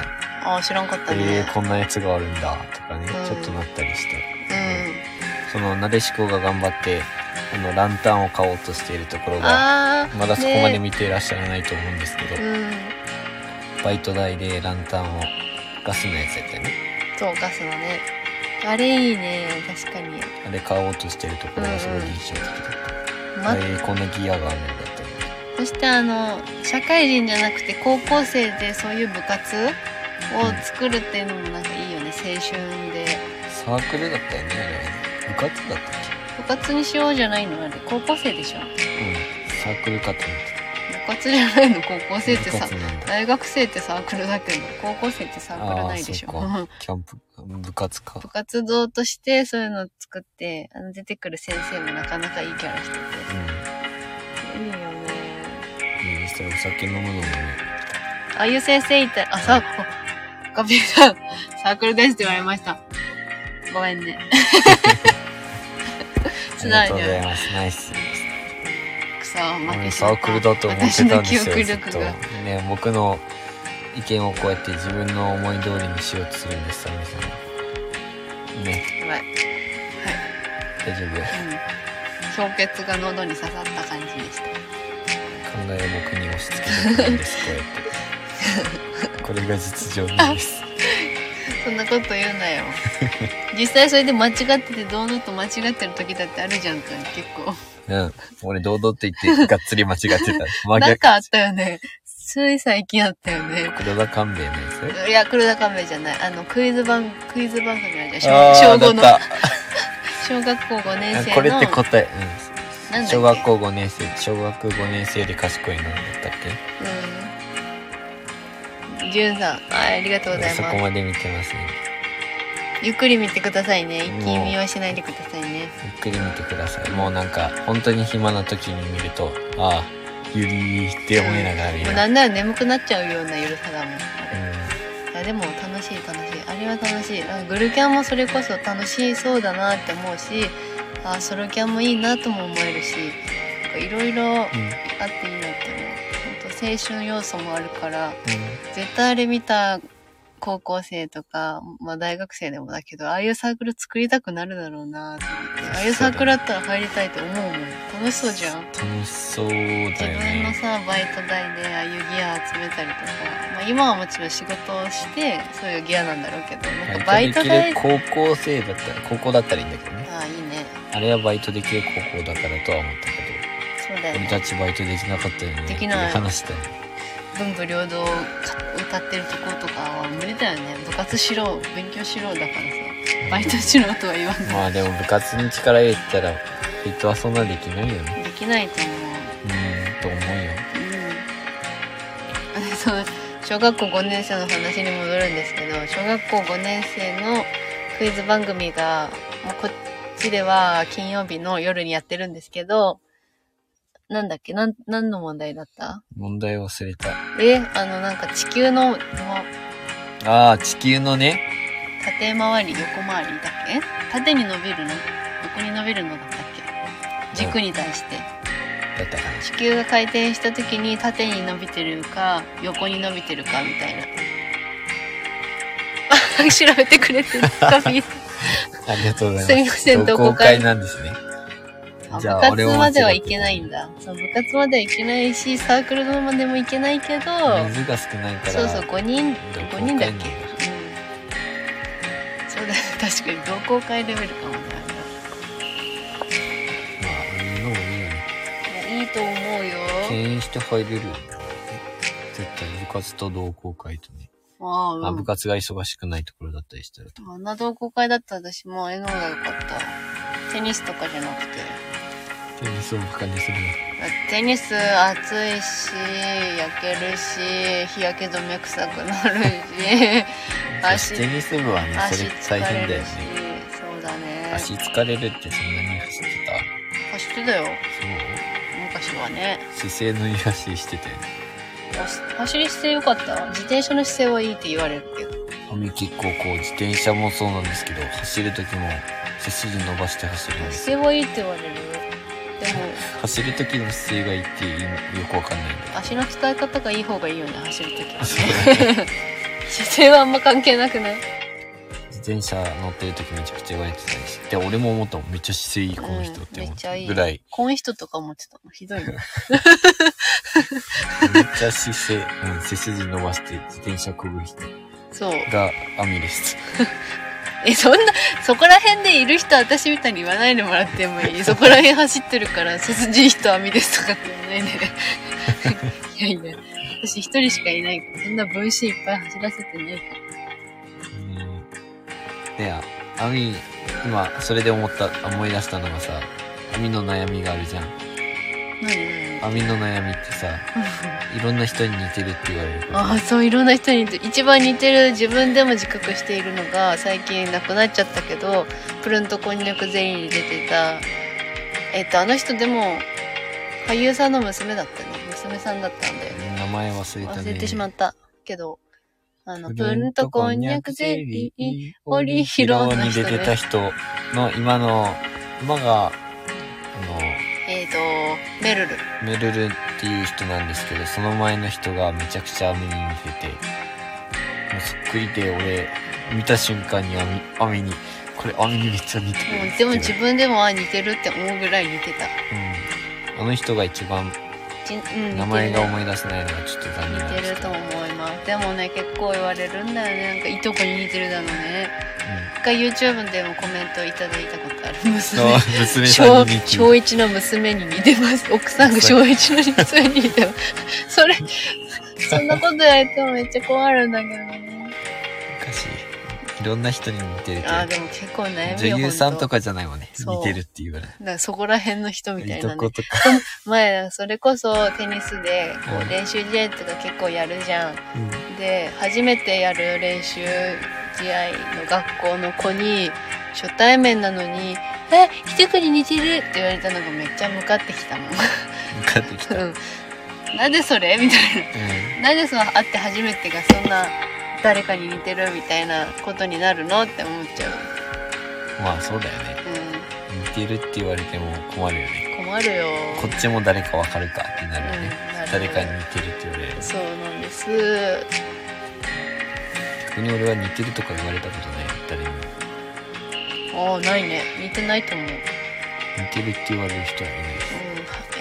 ああ知らんかったえね、ー、こんなやつがあるんだ、とかね、うんちょっとなったりして。その、なでしこが頑張って、あの、ランタンを買おうとしているところうんが、ああまだそこまで見ていらっしゃらないと思うんですけど、うんバイト代でランタンをガスのやつやったよね。そうガスのねあれいいね確かにあれ買おうとしてるところがすごい印象的だった。まえー、こんなギアがあるんだったりそしてあの社会人じゃなくて高校生でそういう部活を作るっていうのもなんかいいよね青春でサークルだったよね、あれはね。部活だったっ部活にしようじゃないのあれ高校生でしょけうん。サークルかと思って部活じゃないの高校生ってた。部さ活なんだ。大学生ってサークルだけど高校生ってサークルないでしょあーそっキャンプ、部活か部。活動としてそういうのを作ってあの出てくる先生もなかなかいいキャラしててういいよん。ねいいですね。お酒飲むのもね。ああいう先生いたらあさあガビさんサークルですって言われましたごめんねありがとうございます。ナイス。草を負俺けサークルだと思ってたんですよ、私のず記っ憶と。力がね、僕の意見をこうやって自分の思い通りにしようとするんです、サミさん。ね、やばいはい、大丈夫。考うん、氷結が喉に刺さった感じでしたえを僕に押し付けてくるんです、こうやって。これが実情なんです。そんなこと言うな よ実際それで間違ってて堂々と間違ってる時だってあるじゃんか結構うん。俺堂々と言って、がっつり間違ってた。真なん逆。かあったよねつい最近あったよね黒田勘弁のやいや黒田亀じゃないあのクイズ番クイズ番組あるつじゃん小小だ五っのた。小学校5年生あのこれって答え、なうんん、だっけ小学校5年生小学5年生で賢いのだったっうんじゅんさんはいありがとうござけいそますこまで見てますねゆっくり見てくださいね。一気もうに見はしないでくださいね。ゆっくり見てくださいもうなんか本当に暇な時に見るとああゆりーって思いながら見もる、ううなんなら眠くなっちゃうようなゆるさだもん。いんやでも楽しい楽しい。あれは楽しい。あのグルキャンもそれこそ楽しそうだなって思うし、あソロキャンもいいなとも思えるしなんかいろいろあっていいなって思うほんと青春要素もあるから絶対あれ見た高校生とか、まあ、大学生でもだけどああいうサークル作りたくなるだろうなと思ってああいうサークルあったら入りたいと思うもん楽しそうじゃん楽しそうだよ自分のねさバイト代でああいうギア集めたりとか、まあ、今はもちろん仕事をしてそういうギアなんだろうけどなんかバイトでき代る高校生だったら高校だったらいいんだけどねああいいねあれはバイトできる高校だからとは思ったけそうだどよ俺ねたちバイトできなかったよねできないって話したよ文武両道を歌ってるとことかは無理だよね部活しろ勉強しろだからさバイトしろとは言わないまあでも部活に力入れたらきっとはそんなできないよねできないと思ううんと思うようんそう小学校5年生の話に戻るんですけど小学校5年生のクイズ番組がもうこっちでは金曜日の夜にやってるんですけどなんだっけなん何の問題だった問題忘れたえあのなんか地球のもうああ地球のね縦回り横回りだっけ縦に伸びるの横に伸びるのだったっけ軸に対してだったかな地球が回転した時に縦に伸びてるか横に伸びてるかみたいな あ調べてくれてるカフィありがとうございますすみませ同ん同好好会会なんですね あじゃあ部俺は活まではいけないんだそう部活まではいけないしサークルまでもいけないけど水が少ないからそうそう5人同好5会人だっなんけ、うん、そうだね 確かに同好会レベルかもねまああんなのもいいよねあれはいやいいと思うよ敬遠して入れるよね絶対部活と同好会とね、ああ、うんまあ部活が忙しくないところだったりしたらあんな同好会だったら私もう絵の方が良かったテニスとかじゃなくてテニスをバカにするテニス暑いし焼けるし日焼け止め臭くなるしな足そしてテニス部はねそ足れ疲大れ変だよるねしそうだね足疲れるってそんなに走って走ってたよたそ昔はねう姿勢のいい走りしてたよね走走り姿勢良かった自転車の姿勢はいいって言われるけど雨結構こう自転車もそうなんですけど走る時も背筋伸ばして走るんです姿勢はいいって言われるよでも走る時の姿勢がいいっていうのよくわかん ないんだ足の使い方がいい方がいいよね走ると きは姿勢はあんま関係なくない自転車乗ってる時めちゃくちゃ言われてたりして俺も思ったもんめっちゃ姿勢いいこの人ってうんめ思っっちゃたいいぐらい、こん人とか思ってたのひどい ねめっちゃ姿勢、うん、背筋伸ばして自転車こぐ人そうがアミです。えそんなそこら辺でいる人私みたいに言わないでもらってもいいそこら辺走ってるから背筋いい人網ですとかって言わないで いやいや私一人しかいないからそんな分子いっぱい走らせてないからうん。で、あアミ、今、それで思った、思い出したのがさ、アミの悩みがあるじゃん。何アミの悩みってさ、何いろんな人に似てるって言われること。ああそういろんな人に似て一番似てる自分でも自覚しているのが最近なくなっちゃったけどプルンとこんにゃくゼリーに出てたえっとあの人でも俳優さんの娘だったね娘さんだったんだよね名前忘れたね。忘れてしまったけど、あの、ププルンンととここんんににゃゃくくゼゼリリー、ー、オリヒロの人ねに出てた人の今の、今が、あえっ、と、メルル。の、メルルっていう人なんですけど、その前の人がめちゃくちゃアミに似てて、もうそっくりで俺、見た瞬間にアミ、アミに、これアミにめっちゃ似てるって言われもうて。でも自分でも、あ、似てるって思うぐらい似てた。うん。あの人が一番じうん、名前が似思い出せないのがちょっと残念なんてでするけとど。思います。でもね、結構言われるんだよね。なんか、いとこに似てるだろうね。う一回 YouTube でもコメントいただいたことある。ん。娘。そう娘さ小ん に似て小一の娘に似てます。奥さんが小一の娘に似てます。それ、そんなことやれてもめっちゃ困るんだけどね。おかしい。いろんな人に似てるけどあー。でも結構悩みよ女優さんとかかじゃないもんね。そう似てるって言われる。だからそこら辺の人みたいいとなこねとか。前それこそテニスでこううん練習試合とか結構やるじゃうんん。で初めてやる練習試合の学校の子に初対面なのに「えひとくに似てる!」って言われたのがめっちゃ向かってきたもん向かってきた。うん。 うんなんでそれみたいななんでその会って初めてがそんな誰かに似てるみたいなことになるのって思っちゃうまあそうだよね。うんうんきているって言われても困るよね困るよこっちも誰かわかるかってなるよね、うんなる誰かに似てるって言われるそうなんです逆に俺は似てるとか言われたことない誰にもああないね似てないと思う、うん、似てるって言われる人はいない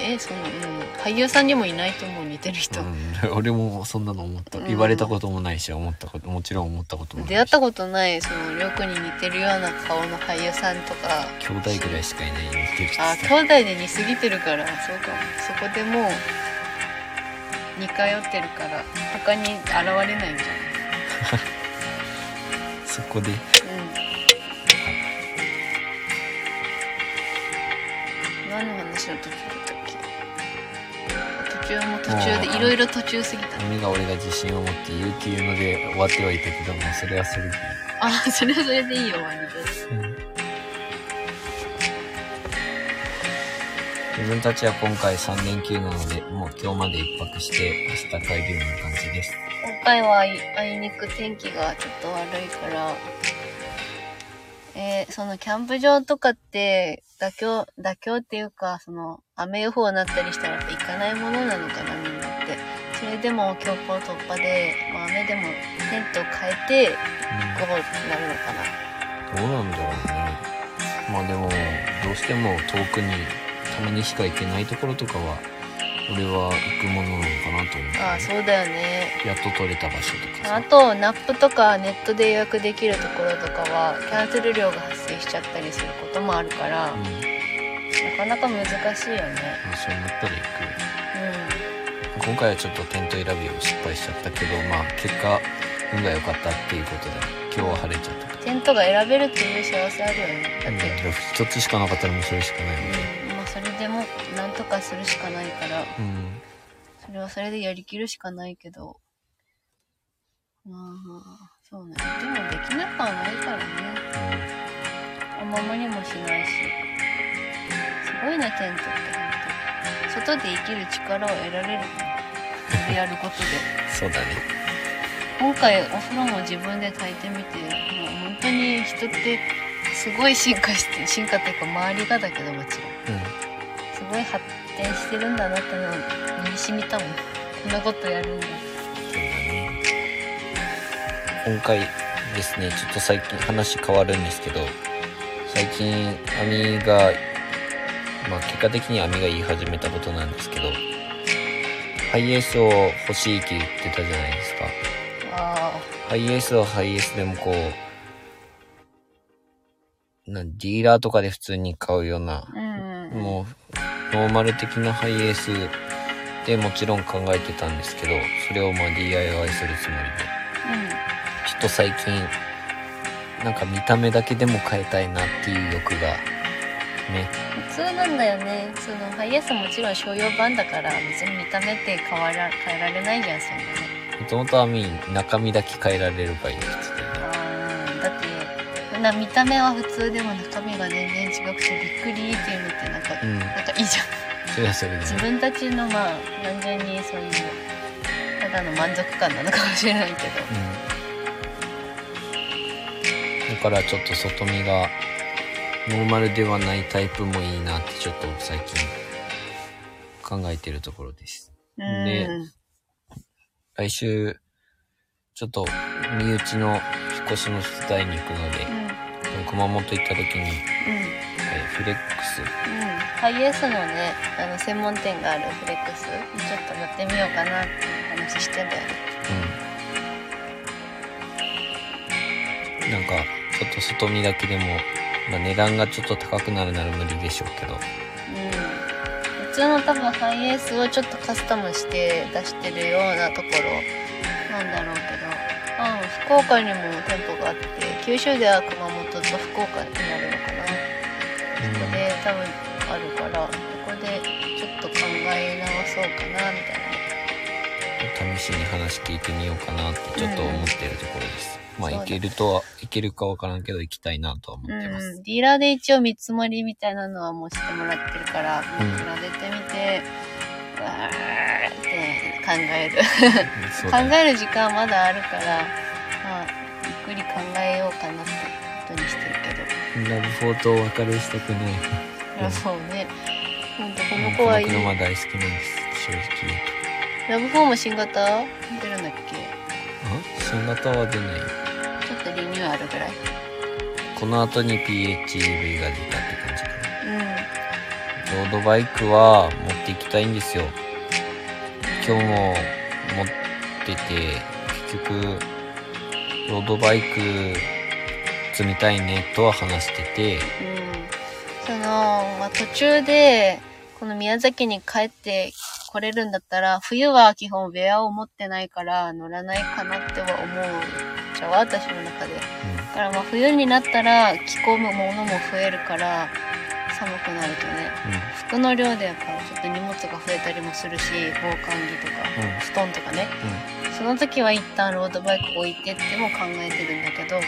えその、うん、俳優さんにもいないと思う似てる人、うん、 俺もそんなの思ったうん言われたこともないし思ったこともちろん思ったこともないし出会ったことないそのりょうくんに似てるような顔の俳優さんとか兄弟ぐらいしかいない似てる人あ兄弟で似すぎてるからそうかもそこでもう似通ってるから他に現れないんじそこでゃないうん何の話の途中だったっけ途中も途中でいろいろ途中すぎた俺が俺が自信を持って言うっていうので終わってはいたけどもそれはそれであそれはそれでいいよ割と自分たちは今回3連休なのでもう今日まで1泊して明日帰るような感じです今回はあいあいにく天気がちょっと悪いから、えーそのキャンプ場とかって妥協、妥協っていうか、その雨予報になったりしたらやっぱ行かないものなのかな、みんなって。それでも強行突破で、まあ雨でもテントを変えて午後になるのかな。どうなんだろうねまあでもどうしても遠くにたまにしか行けないところとかは俺は行くものなのかなと思う、ああ、そうだよね。やっと取れた場所とかあさと、ナップとかネットで予約できるところとかは、キャンセル料が発生しちゃったりすることもあるから、うん、なまかなか難しいよね。あ、そうなったら行うん。く今回はちょっとテント選びを失敗しちゃったけどまあ結果運が良かったっていうことで今日は晴れちゃったとテントが選べるっていう幸せあるよねだうんって、一つしかなかったらもうそれしかないのでうんまあ、それでもなんとかするしかないからうんそれはそれでやりきるしかないけどまあそうねでもできなくはないからねあんま無理もしないしすごいねテントって本当外で生きる力を得られるねやることでそうだね今回お風呂も自分で炊いてみてもう本当に人ってすごい進化して進化っていうか周りがだけどもちろんうすごい発展してるんだなってのを身に染みたもんこんなことやるんだんそうだね今回ですねちょっと最近話変わるんですけど最近網がまあ結果的に網が言い始めたことなんですけどハイエースを欲しいって言ってたじゃないですかあハイエースはハイエースでもこうなディーラーとかで普通に買うようなあうんもうノーマル的なハイエースでもちろん考えてたんですけどそれをまあ DIY するつもりでうちょっと最近なんか見た目だけでも変えたいなっていう欲がねん普通なんだよねそのハイエースもちろん商用版だから別に見た目って変わら変えられないじゃんそんなねもともとはみ中身だけ変えられるばいいって言あーだってそんな見た目は普通でも中身が全然違くてびっくりっていうのってなんか、うんなんかいいじゃんそれはそれでね自分たちのまあ単純にそういうただの満足感なのかもしれないけどうん、だからちょっと外見がノーマルではないタイプもいいなってちょっと最近考えてるところですうんね来週ちょっと身内の引っ越しの手伝いに行くのでうん熊本行った時に、うんえーフレックスうん、ハイエースのねあの専門店があるフレックスにちょっと乗ってみようかなっていう話してんだよねうんなんかちょっと外見だけでも、まあ、値段がちょっと高くなるなら無理でしょうけどうん普通の多分ハイエースをちょっとカスタムして出してるようなところなんだろうけど、うん、福岡にも店舗があって九州では熊本と福岡になるのかなそこで多分あるからここでちょっと考え直そうかなみたいな試しに話聞いてみようかなってちょっと思ってるところです、まあそういだけるとはいけるかわからんけど行きたいなとは思ってます、うん、ディーラーで一応見積もりみたいなのはもうしてもらってるから、うんもう比べてみてうわーって考える、そう考だねえる時間まだあるからまあゆっくり考えようかなってことにしてるけどうんんな冒頭お別れしたくないいやそうねほんとこのこ子はいい車大好きなんです正直言うとラブフォーム新型出るんだっけあ新型は出ないよちょっとリニューアルぐらいこの後に PHEV が出たって感じかなうロードバイクは持っていきたいんですよ今日も持ってて結局ロードバイク積みたいねとは話しててんうんその、まあ、途中でこの宮崎に帰ってこれるんだったら冬は基本ウェアを持ってないから乗らないかなっては思うじゃあ私の中でだからまあ冬になったら着込むものも増えるから寒くなるとねうんうん服の量でやっぱちょっと荷物が増えたりもするし防寒着とか、うん布団とかねうんその時は一旦ロードバイク置いてっても考えてるんだけど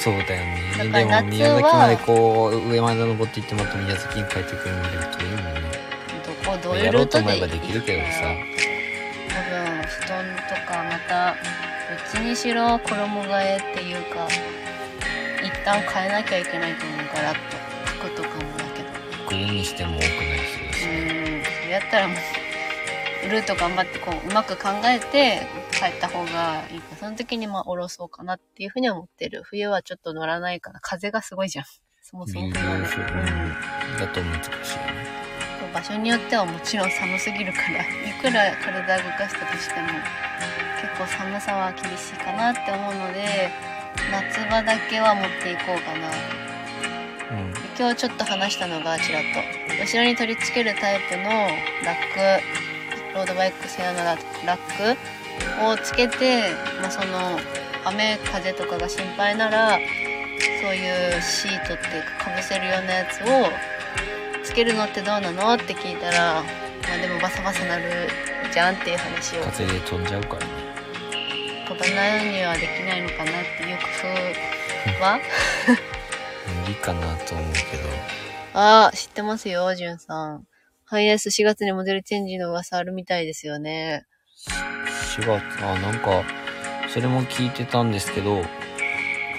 そうだよだね。かでら夏はも宮崎までこう上まで登っていってまた宮崎に帰ってくるのでといいもんね。どこどういやろうルうーとト思でえばできるけどさ。多分布団とかまたどっちにしろ衣替えっていうか一旦変えなきゃいけないと思うからと服とかもだけど冬にしても多くないしうーんそれやったらもうルート頑張ってこううまく考えて帰った方がいいかその時にまあ下ろそうかなっていうふうには思ってる冬はちょっと乗らないから風がすごいじゃんそもそもビー冬はね、フだと難しいよね。うん、場所によってはもちろん寒すぎるからいくら体動かしたとしても結構寒さは厳しいかなって思うので夏場だけは持っていこうかなうとん今日ちょっと話したのがちらっと後ろに取り付けるタイプのラックロードバイク専用のラックをつけて、まあ、その雨風とかが心配ならそういうシートっていうかかぶせるようなやつをつけるのってどうなのって聞いたら、まあ、でもバサバサなるじゃんっていう話を風で飛んじゃうからね。飛ばないにはできないのかなっていう工夫は無理かなと思うけど。ああ、知ってますよ、じゅんさん。ハイエース4月にモデルチェンジの噂あるみたいですよね。 4月、あ、なんか、それも聞いてたんですけど、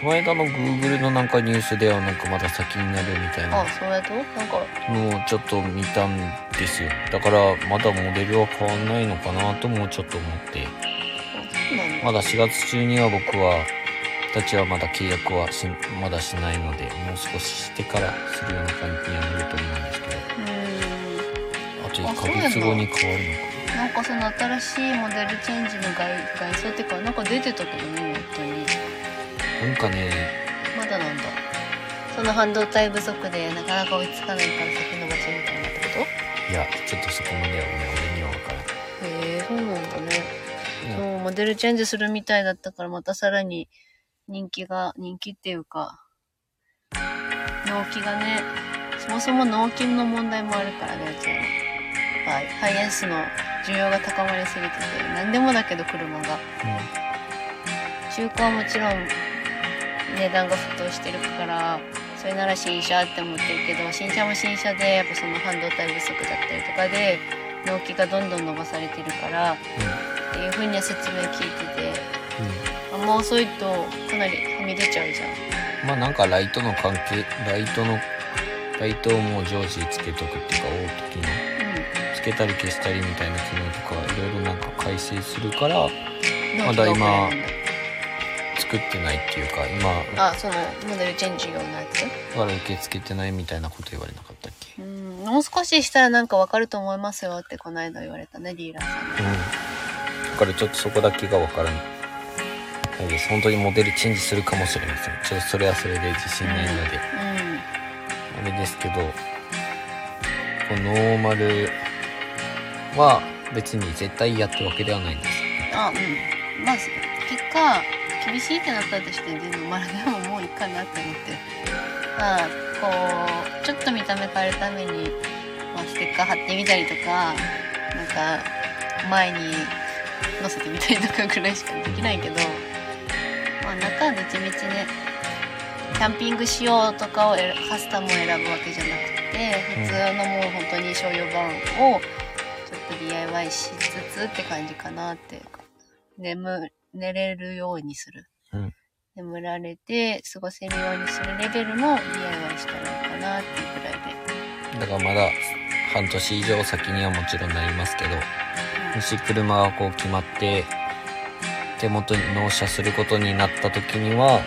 この間の Google のなんかニュースではなんかまだ先になるみたいなあ、そうやとなんか、もうちょっと見たんですよだからまだモデルは変わんないのかなともちょっと思ってそうなまのだ4月中には僕はたちはまだ契約はしまだしないのでもう少ししてからするような感じにはなると思うんですけどうーん。あとあそう1なんヶだ月後に変わるなんかその新しいモデルチェンジの外外装っていうか、なんか出てたけどね、ネットに。のかなんかねまだなんだ。その半導体不足でなかなか追いつかないから先延ばしみたいなってこいやちょっとそこまではね俺には分からないとへえ、そうなんだね。うそう、モデルチェンジするみたいだったから、またさらに人気が、人気っていうか、納期がね、そもそも納期の問題もあるからね、うちはね。はい。ハイエースの需要が高まりすぎてて、何でもだけど車が。ん中古はもちろん値段が沸騰してるからそれなら新車って思ってるけど新車も新車でやっぱその半導体不足だったりとかで納期がどんどん伸ばされてるから、っていうふうには説明聞いててうんあんま遅いとかなりはみ出ちゃうじゃんまあなんかライトの関係ライトのライトをもう常時つけとくっていうか大きいのうつけたり消したりみたいな機能とかいろいろなんか改正するからんま納期だが今遅れるんだ作ってないっていうか今あそのモデルチェンジ用のやつから受け付けてないみたいなこと言われなかったっけうんもう少ししたらなんかわかると思いますよってこの間言われたねディーラーさんにうんだからちょっとそこだけがわからないないです本当にモデルチェンジするかもしれませんちょっとそれはそれで自信ないのであれですけどこのノーマルは別に絶対やってわけではないんですうんあうんまあ結果厳しいってなったとして全然まあでももういいかなって思ってまあこうちょっと見た目変えるために、まあ、ステッカー貼ってみたりとかなんか前に載せてみたりとかぐらいしかできないけど、まあ、中はどっちみちねキャンピング仕様とかを選カスタムを選ぶわけじゃなくてうん普通のもう本当に商用版をちょっと DIY しつつって感じかなっていうか眠寝れるようにする、うん眠られて過ごせるようにするレベルの DIY したらいいかなっていうくらいで。だからまだ半年以上先にはもちろんなりますけどうんもし車がこう決まって手元に納車することになった時には、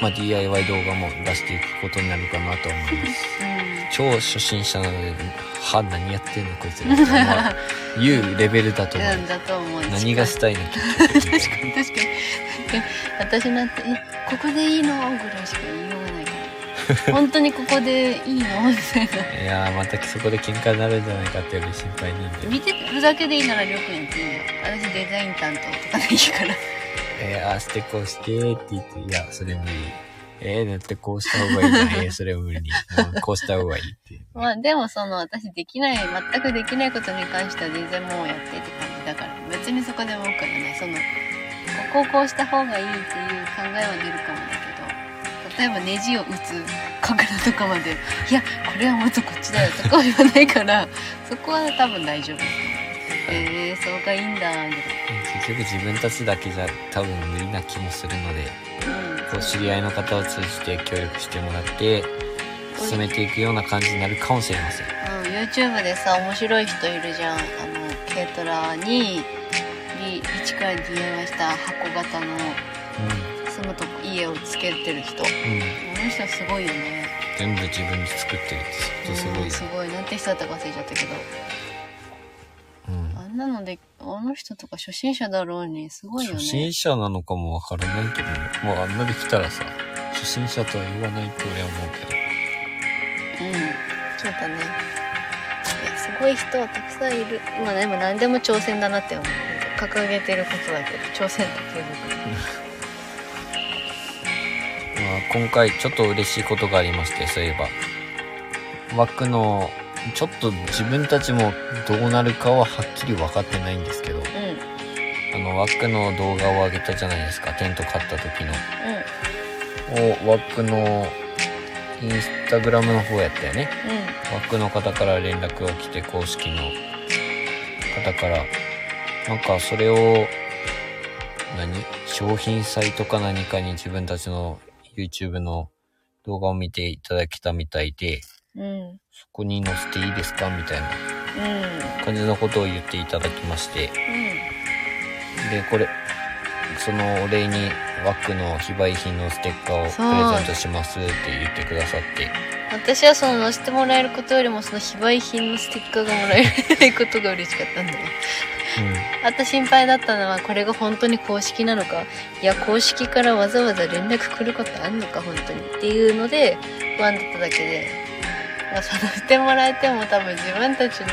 まあ、DIY 動画も出していくことになるかなと思います超初心者なので「は何やってんのこいつら」とかいうレベルだと思う、うんうんだと思う。何が 確したいの結局みたいかに確かに。で私なんて、え、ここでいいのぐらいしか言いようがないから。本当にここでいいのみたいな。ないやーまたそこで喧嘩になるんじゃないかってより心配なんで見てるだけでいいならりょうくんやっていいよ。私デザイン担当とかでいいから。えー、ああしてこうしてって言って、いや、それ無理。えー、だってこうした方がいいじゃん。えー、それ無理。もうこうした方がいいって。 まあでもその私できない全くできないことに関しては全然もうやってって感じだから別にそこで文句はないそのここをこうした方がいいっていう考えは出るかもだけど例えばネジを打つ角度とかまでいやこれはもっとこっちだよとかは言わないからそこは多分大丈夫だと思うえー、そうがいいんだみ結局自分たちだけじゃ多分無理な気もするので、たいな、うん、こう知り合いの方を通じて協力してもらって、進めていくような感じになるかもしれません。うん、YouTube でさ面白い人いるじゃんあの軽トラにリ1から DIY した箱型のう住むとこ家をつけてる人こん。うん。の人すごいよね全部自分で作ってるってきうっとんすごいよすごいなんて人だったか忘れちゃったけどうん。あんなのであの人とか初心者だろうにすごいよね初心者なのかもわからないけどね。もうあんなできたらさ、初心者とは言わないって俺は思うけど。うんそうだねいやすごい人はたくさんいる今でも何でも挑戦だなって思う掲げてることだけど挑戦と継続まあ、今回ちょっと嬉しいことがありましてそういえば枠のちょっと自分たちもどうなるかははっきり分かってないんですけどうんうんあの枠の動画を上げたじゃないですかテント買った時のを枠のインスタグラムの方やったよねうん枠の方から連絡が来て公式の方からなんかそれを何商品祭とか何かに自分たちの YouTube の動画を見ていただけたみたいでうんそこに載せていいですかみたいなうん感じのことを言っていただきましてうでこれそのお礼に枠の非売品のステッカーをプレゼントしますって言ってくださってん、私はその乗せてもらえることよりもその非売品のステッカーがもらえることが嬉しかったんだようんあと心配だったのはこれが本当に公式なのかいや公式からわざわざ連絡来ることあんのか本当にっていうので不安だっただけで、まあ、そのしてもらえても多分自分たちの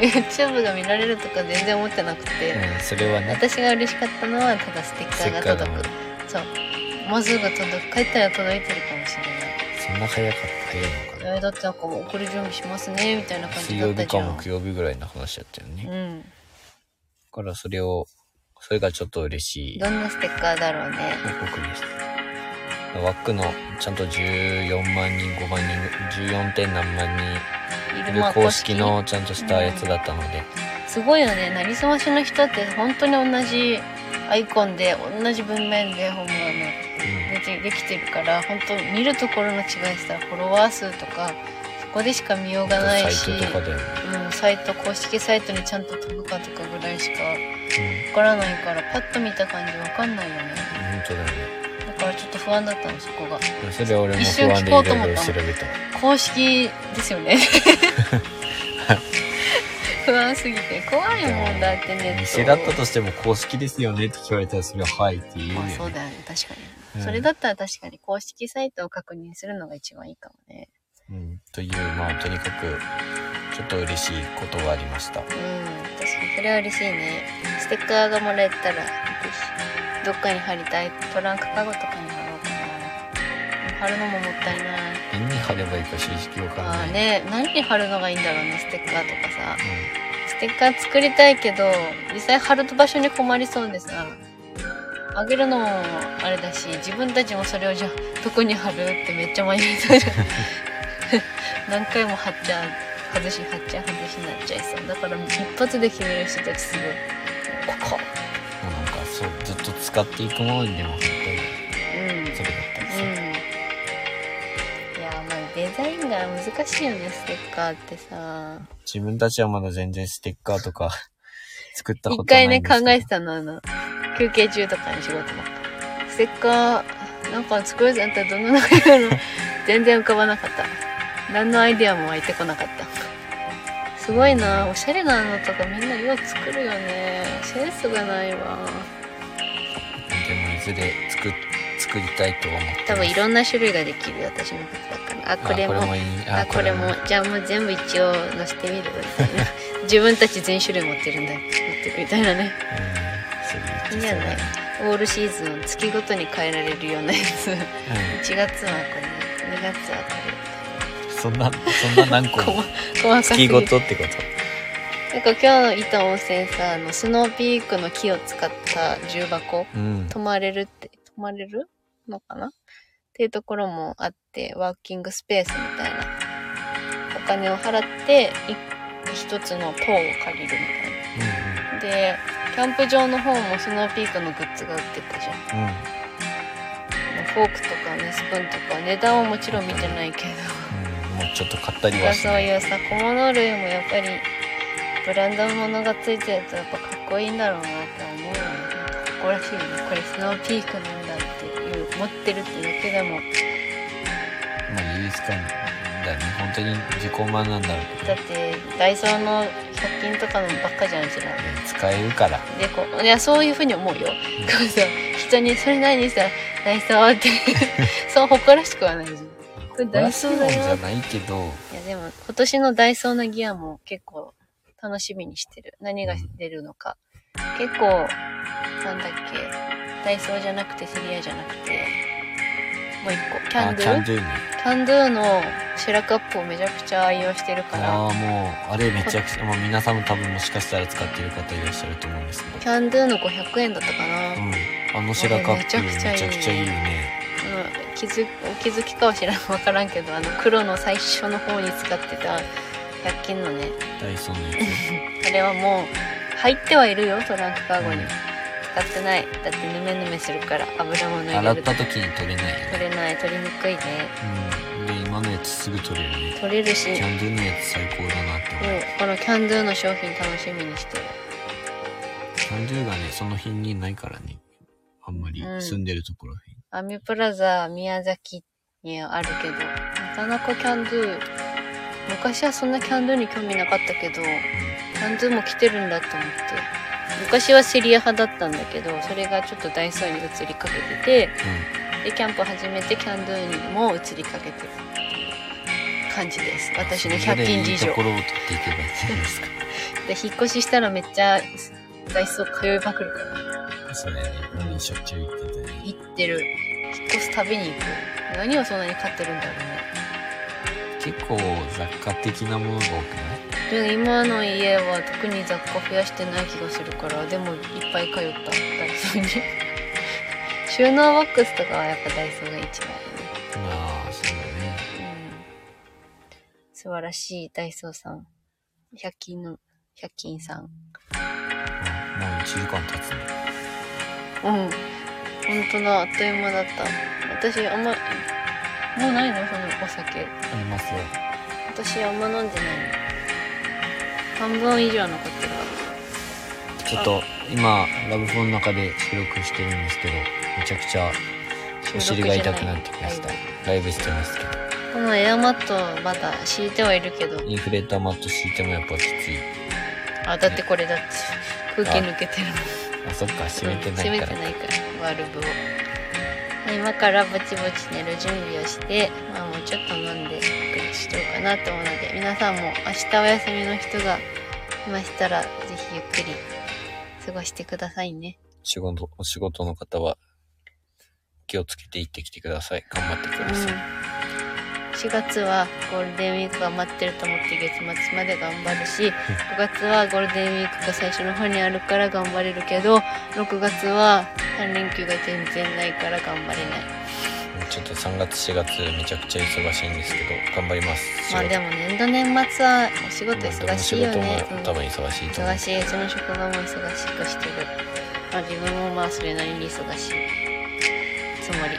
YouTube が見られるとか全然思ってなくて、うん、それはね私が嬉しかったのはただステッカせっーかがく届のくそうもうすぐ届く帰ったら届いてるかもしれそないんな早かった早いのかなえーだってなんか送る準備しますねみたいな感水じだ曜っ日たじかゃん。木曜日ぐらいの話だったよね。だうん。からそれを、それがちょっと嬉しいどんなステッカーだろうね。報告でした。ワックのちゃんと14万人、5万人、14. 点何万人いる公式のちゃんとしたやつだったので、すごいよね。なりすましの人って本当に同じアイコンで同じ文面でホームランのうできできてるから本当見るところの違いしたらフォロワー数とかそこでしか見ようがサなイいし。トとかでも、うん、サイト公式サイトにちゃんと飛ぶかとかぐらいしかわうん、からないからパッと見た感じわかんないよね本当だよね。だからちょっと不安だったのそこがそれは俺も一不瞬安で聞こうとい思ろいっろた調もんべた。公式ですよ ね不安すぎて怖いもんだってネット店だったとしても公式ですよねって聞かれたらそれははいって言うよまあね。そうだよね確かに、うんそれだったら確かに公式サイトを確認するのが一番いいかもねうん、という、まあとにかくちょっと嬉しいことがありました。うん確かにそれは嬉しいねステッカーがもらえたらぜひどっかに貼りたいトランクカゴとかに貼ろうかなでも貼るのももったいない何に貼ればいいか正直わからまなあい。ね何に貼るのがいいんだろうねステッカーとかさうんステッカー作りたいけど実際貼る場所に困りそうでさあげるのもあれだし自分たちもそれをじゃあどこに貼るってめっちゃ迷いそうじゃん 何回も貼っちゃう外し貼っちゃう外しになっちゃいそうだから一発で決める人たちすごいここもうなんかそうずっっと使っていくものにでも本うん当にそれだったりすうる、んいやまあデザインが難しいよねステッカーってさ自分たちはまだ全然ステッカーとか 作った一ことない回んでねすけど考えてたのあの休憩中とかに仕事のステッカーなんか作るじゃんってどんなのかやるの全然浮かばなかった何のアイデアも湧いてこなかったすごいなおしゃれなのとかみんなよう作るよねセンスがないわでもいずれ作っ作りたいとは思ってます多分いろんな種類ができる私のことだからああこれもいいあこれもじゃあもう全部一応載せてみるみたいな 自分たち全種類持ってるんだ持ってるみたいなねうんそれいいいいんじゃないオールシーズン月ごとに変えられるようなやつ1月はこれ2月はうんそんなそんな何これ個も 細細かす月ぎるごとってことなんか今日の伊東温泉さあのスノーピークの木を使った重箱うん泊まれるって泊まれるのかなっていうところもあってワーキングスペースみたいなお金を払ってい一つの塔を借りるみたいなでキャンプ場の方もスノーピークのグッズが売ってたじゃんうんうんうんフォークとかねスプーンとか値段はもちろん見てないけどうんもうちょっと買ったりなんはかしそうないいうさ小物類もやっぱりブランドものがついてるとやっぱかっこいいんだろうなって思うよねかっこらしいよねこれスノーピークなんだっていう持ってるってだけでもまあいいですかねだね本当に自己満なんだろうけどだってダイソーの100均とかのばっかじゃんうちらね使えるからでこういやそういうふうに思うよ、こうさ人に「それ何?」さ「ダイ ソー」ってそう誇らしくはないじゃんこれダイソー誇だらしいもんよじゃないけどいやでも今年のダイソーのギアも結構楽しみにしてる何が出るのか結構なんだっけダイソーじゃなくてセリアじゃなくてもう一個キャあンドキャゥンドゥねキャンドゥのシェラカップをめちゃくちゃ愛用してるからああもうあれめちゃくちゃ、まあ、皆さんも多分もしかしたら使ってる方いらっしゃると思うんですけどキャンドゥの500円だったかな、うんうん、あの白カップめちゃくちゃいいよね。気づお気づきかは知らん分からんけどあの黒の最初の方に使ってた100均のねダイソンのや あれはもう入ってはいるよトランクカーゴにうん使ってないだってヌメヌメするから油物つ。入洗れっるたと時に取れないよ取ね。れない取りにくいねうん。で、今のやつすぐ取れるね。取れるしキャンドゥのやつ最高だなって思もう。うこのキャンドゥの商品楽しみにしてるキャンドゥがね、その辺にないからね。あんまりうん住んでるところアミュプラザ宮崎にはあるけどなかなかキャンドゥ昔はそんなキャンドゥに興味なかったけどキャンドゥも来てるんだと思って昔はセリア派だったんだけどそれがちょっとダイソーに移りかけててでキャンプ始めてキャンドゥにも移りかけてる感じですうん。私の100均それぞれいい事情でところを取っていけばいいんですか。引っ越ししたらめっちゃダイソー通いまくるからそれね、うんしょっちゅう言ってたよね。行ってる引っ越すたびに行く何をそんなに買ってるんだろうね結構雑貨的なものが多くないでも今の家は特に雑貨増やしてない気がするからでもいっぱい通ったダイソーに 収納ボックスとかはやっぱダイソーが一番いいねああ、そうだね。素晴らしいダイソーさん。百均の、百均さん。うんもう1時間経つね。うん。本当だ、あっという間だった。私、あんま、もうないのそのお酒。ありますよ。私、あんま飲んでないの。半分以上残ってるわ。ちょっと今ラブフォンの中で収録してるんですけどめちゃくちゃお尻が痛くなってきました収録じゃないライブしてますけこのエアマットはまだ敷いてはいるけどど、インフレーターマット敷いてもやっぱきついあ、だってこれだって、空気抜けてるもん。あそっか閉めてないから閉めてないからバルブを今からぼちぼち寝る準備をして、まあ、もうちょっと飲んでゆっくりしようかなと思うので皆さんも明日お休みの人がいましたらぜひゆっくり過ごしてくださいね仕事お仕事の方は気をつけて行ってきてください頑張ってくうんださい、 4月はゴールデンウィークが待ってると思って月末まで頑張るし5月はゴールデンウィークが最初の方にあるから頑張れるけど6月は3連休が全然ないから頑張れなもいうちょっと3月4月めちゃくちゃ忙しいんですけど頑張りますまあでも年度年末はお仕事忙しいよね。まあどの仕事も多分忙しいと思う忙しい、うちの職場も忙しくしてる。まあ自分もまあそれなりに忙しいつもり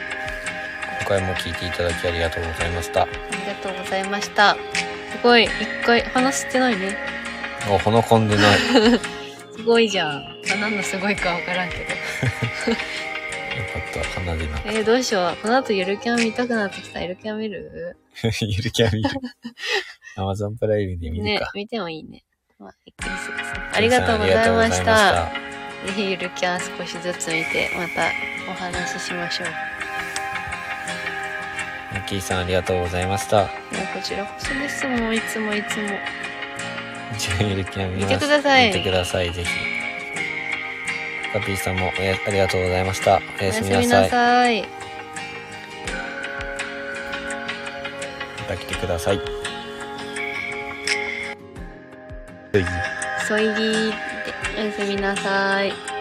今回も聞いていただきありがとうございましたありがとうございましたすごい一回話してないねあほのこんでないよすごいじゃんあ何のすごいかわからんけどかった鼻でな えー、どうしようこの後ゆるキャン見たくなってきたゆるキャン見るゆるキャン見る Amazon プライムで見ねるか、見てもいいねまあ一回するありがとうございましたありがとうございまぜひゆるキャン少しずつ見てまたお話ししましょうしたミッキーさんありがとうございましたいやこちらこそですもんいつもいつもじゃあゆるキャン見ます見てください見てくださいぜひカピーさんもおやありがとうございましたおおややすすみなみさないさいまた来てくださいはいそいぎーっておやすみなさい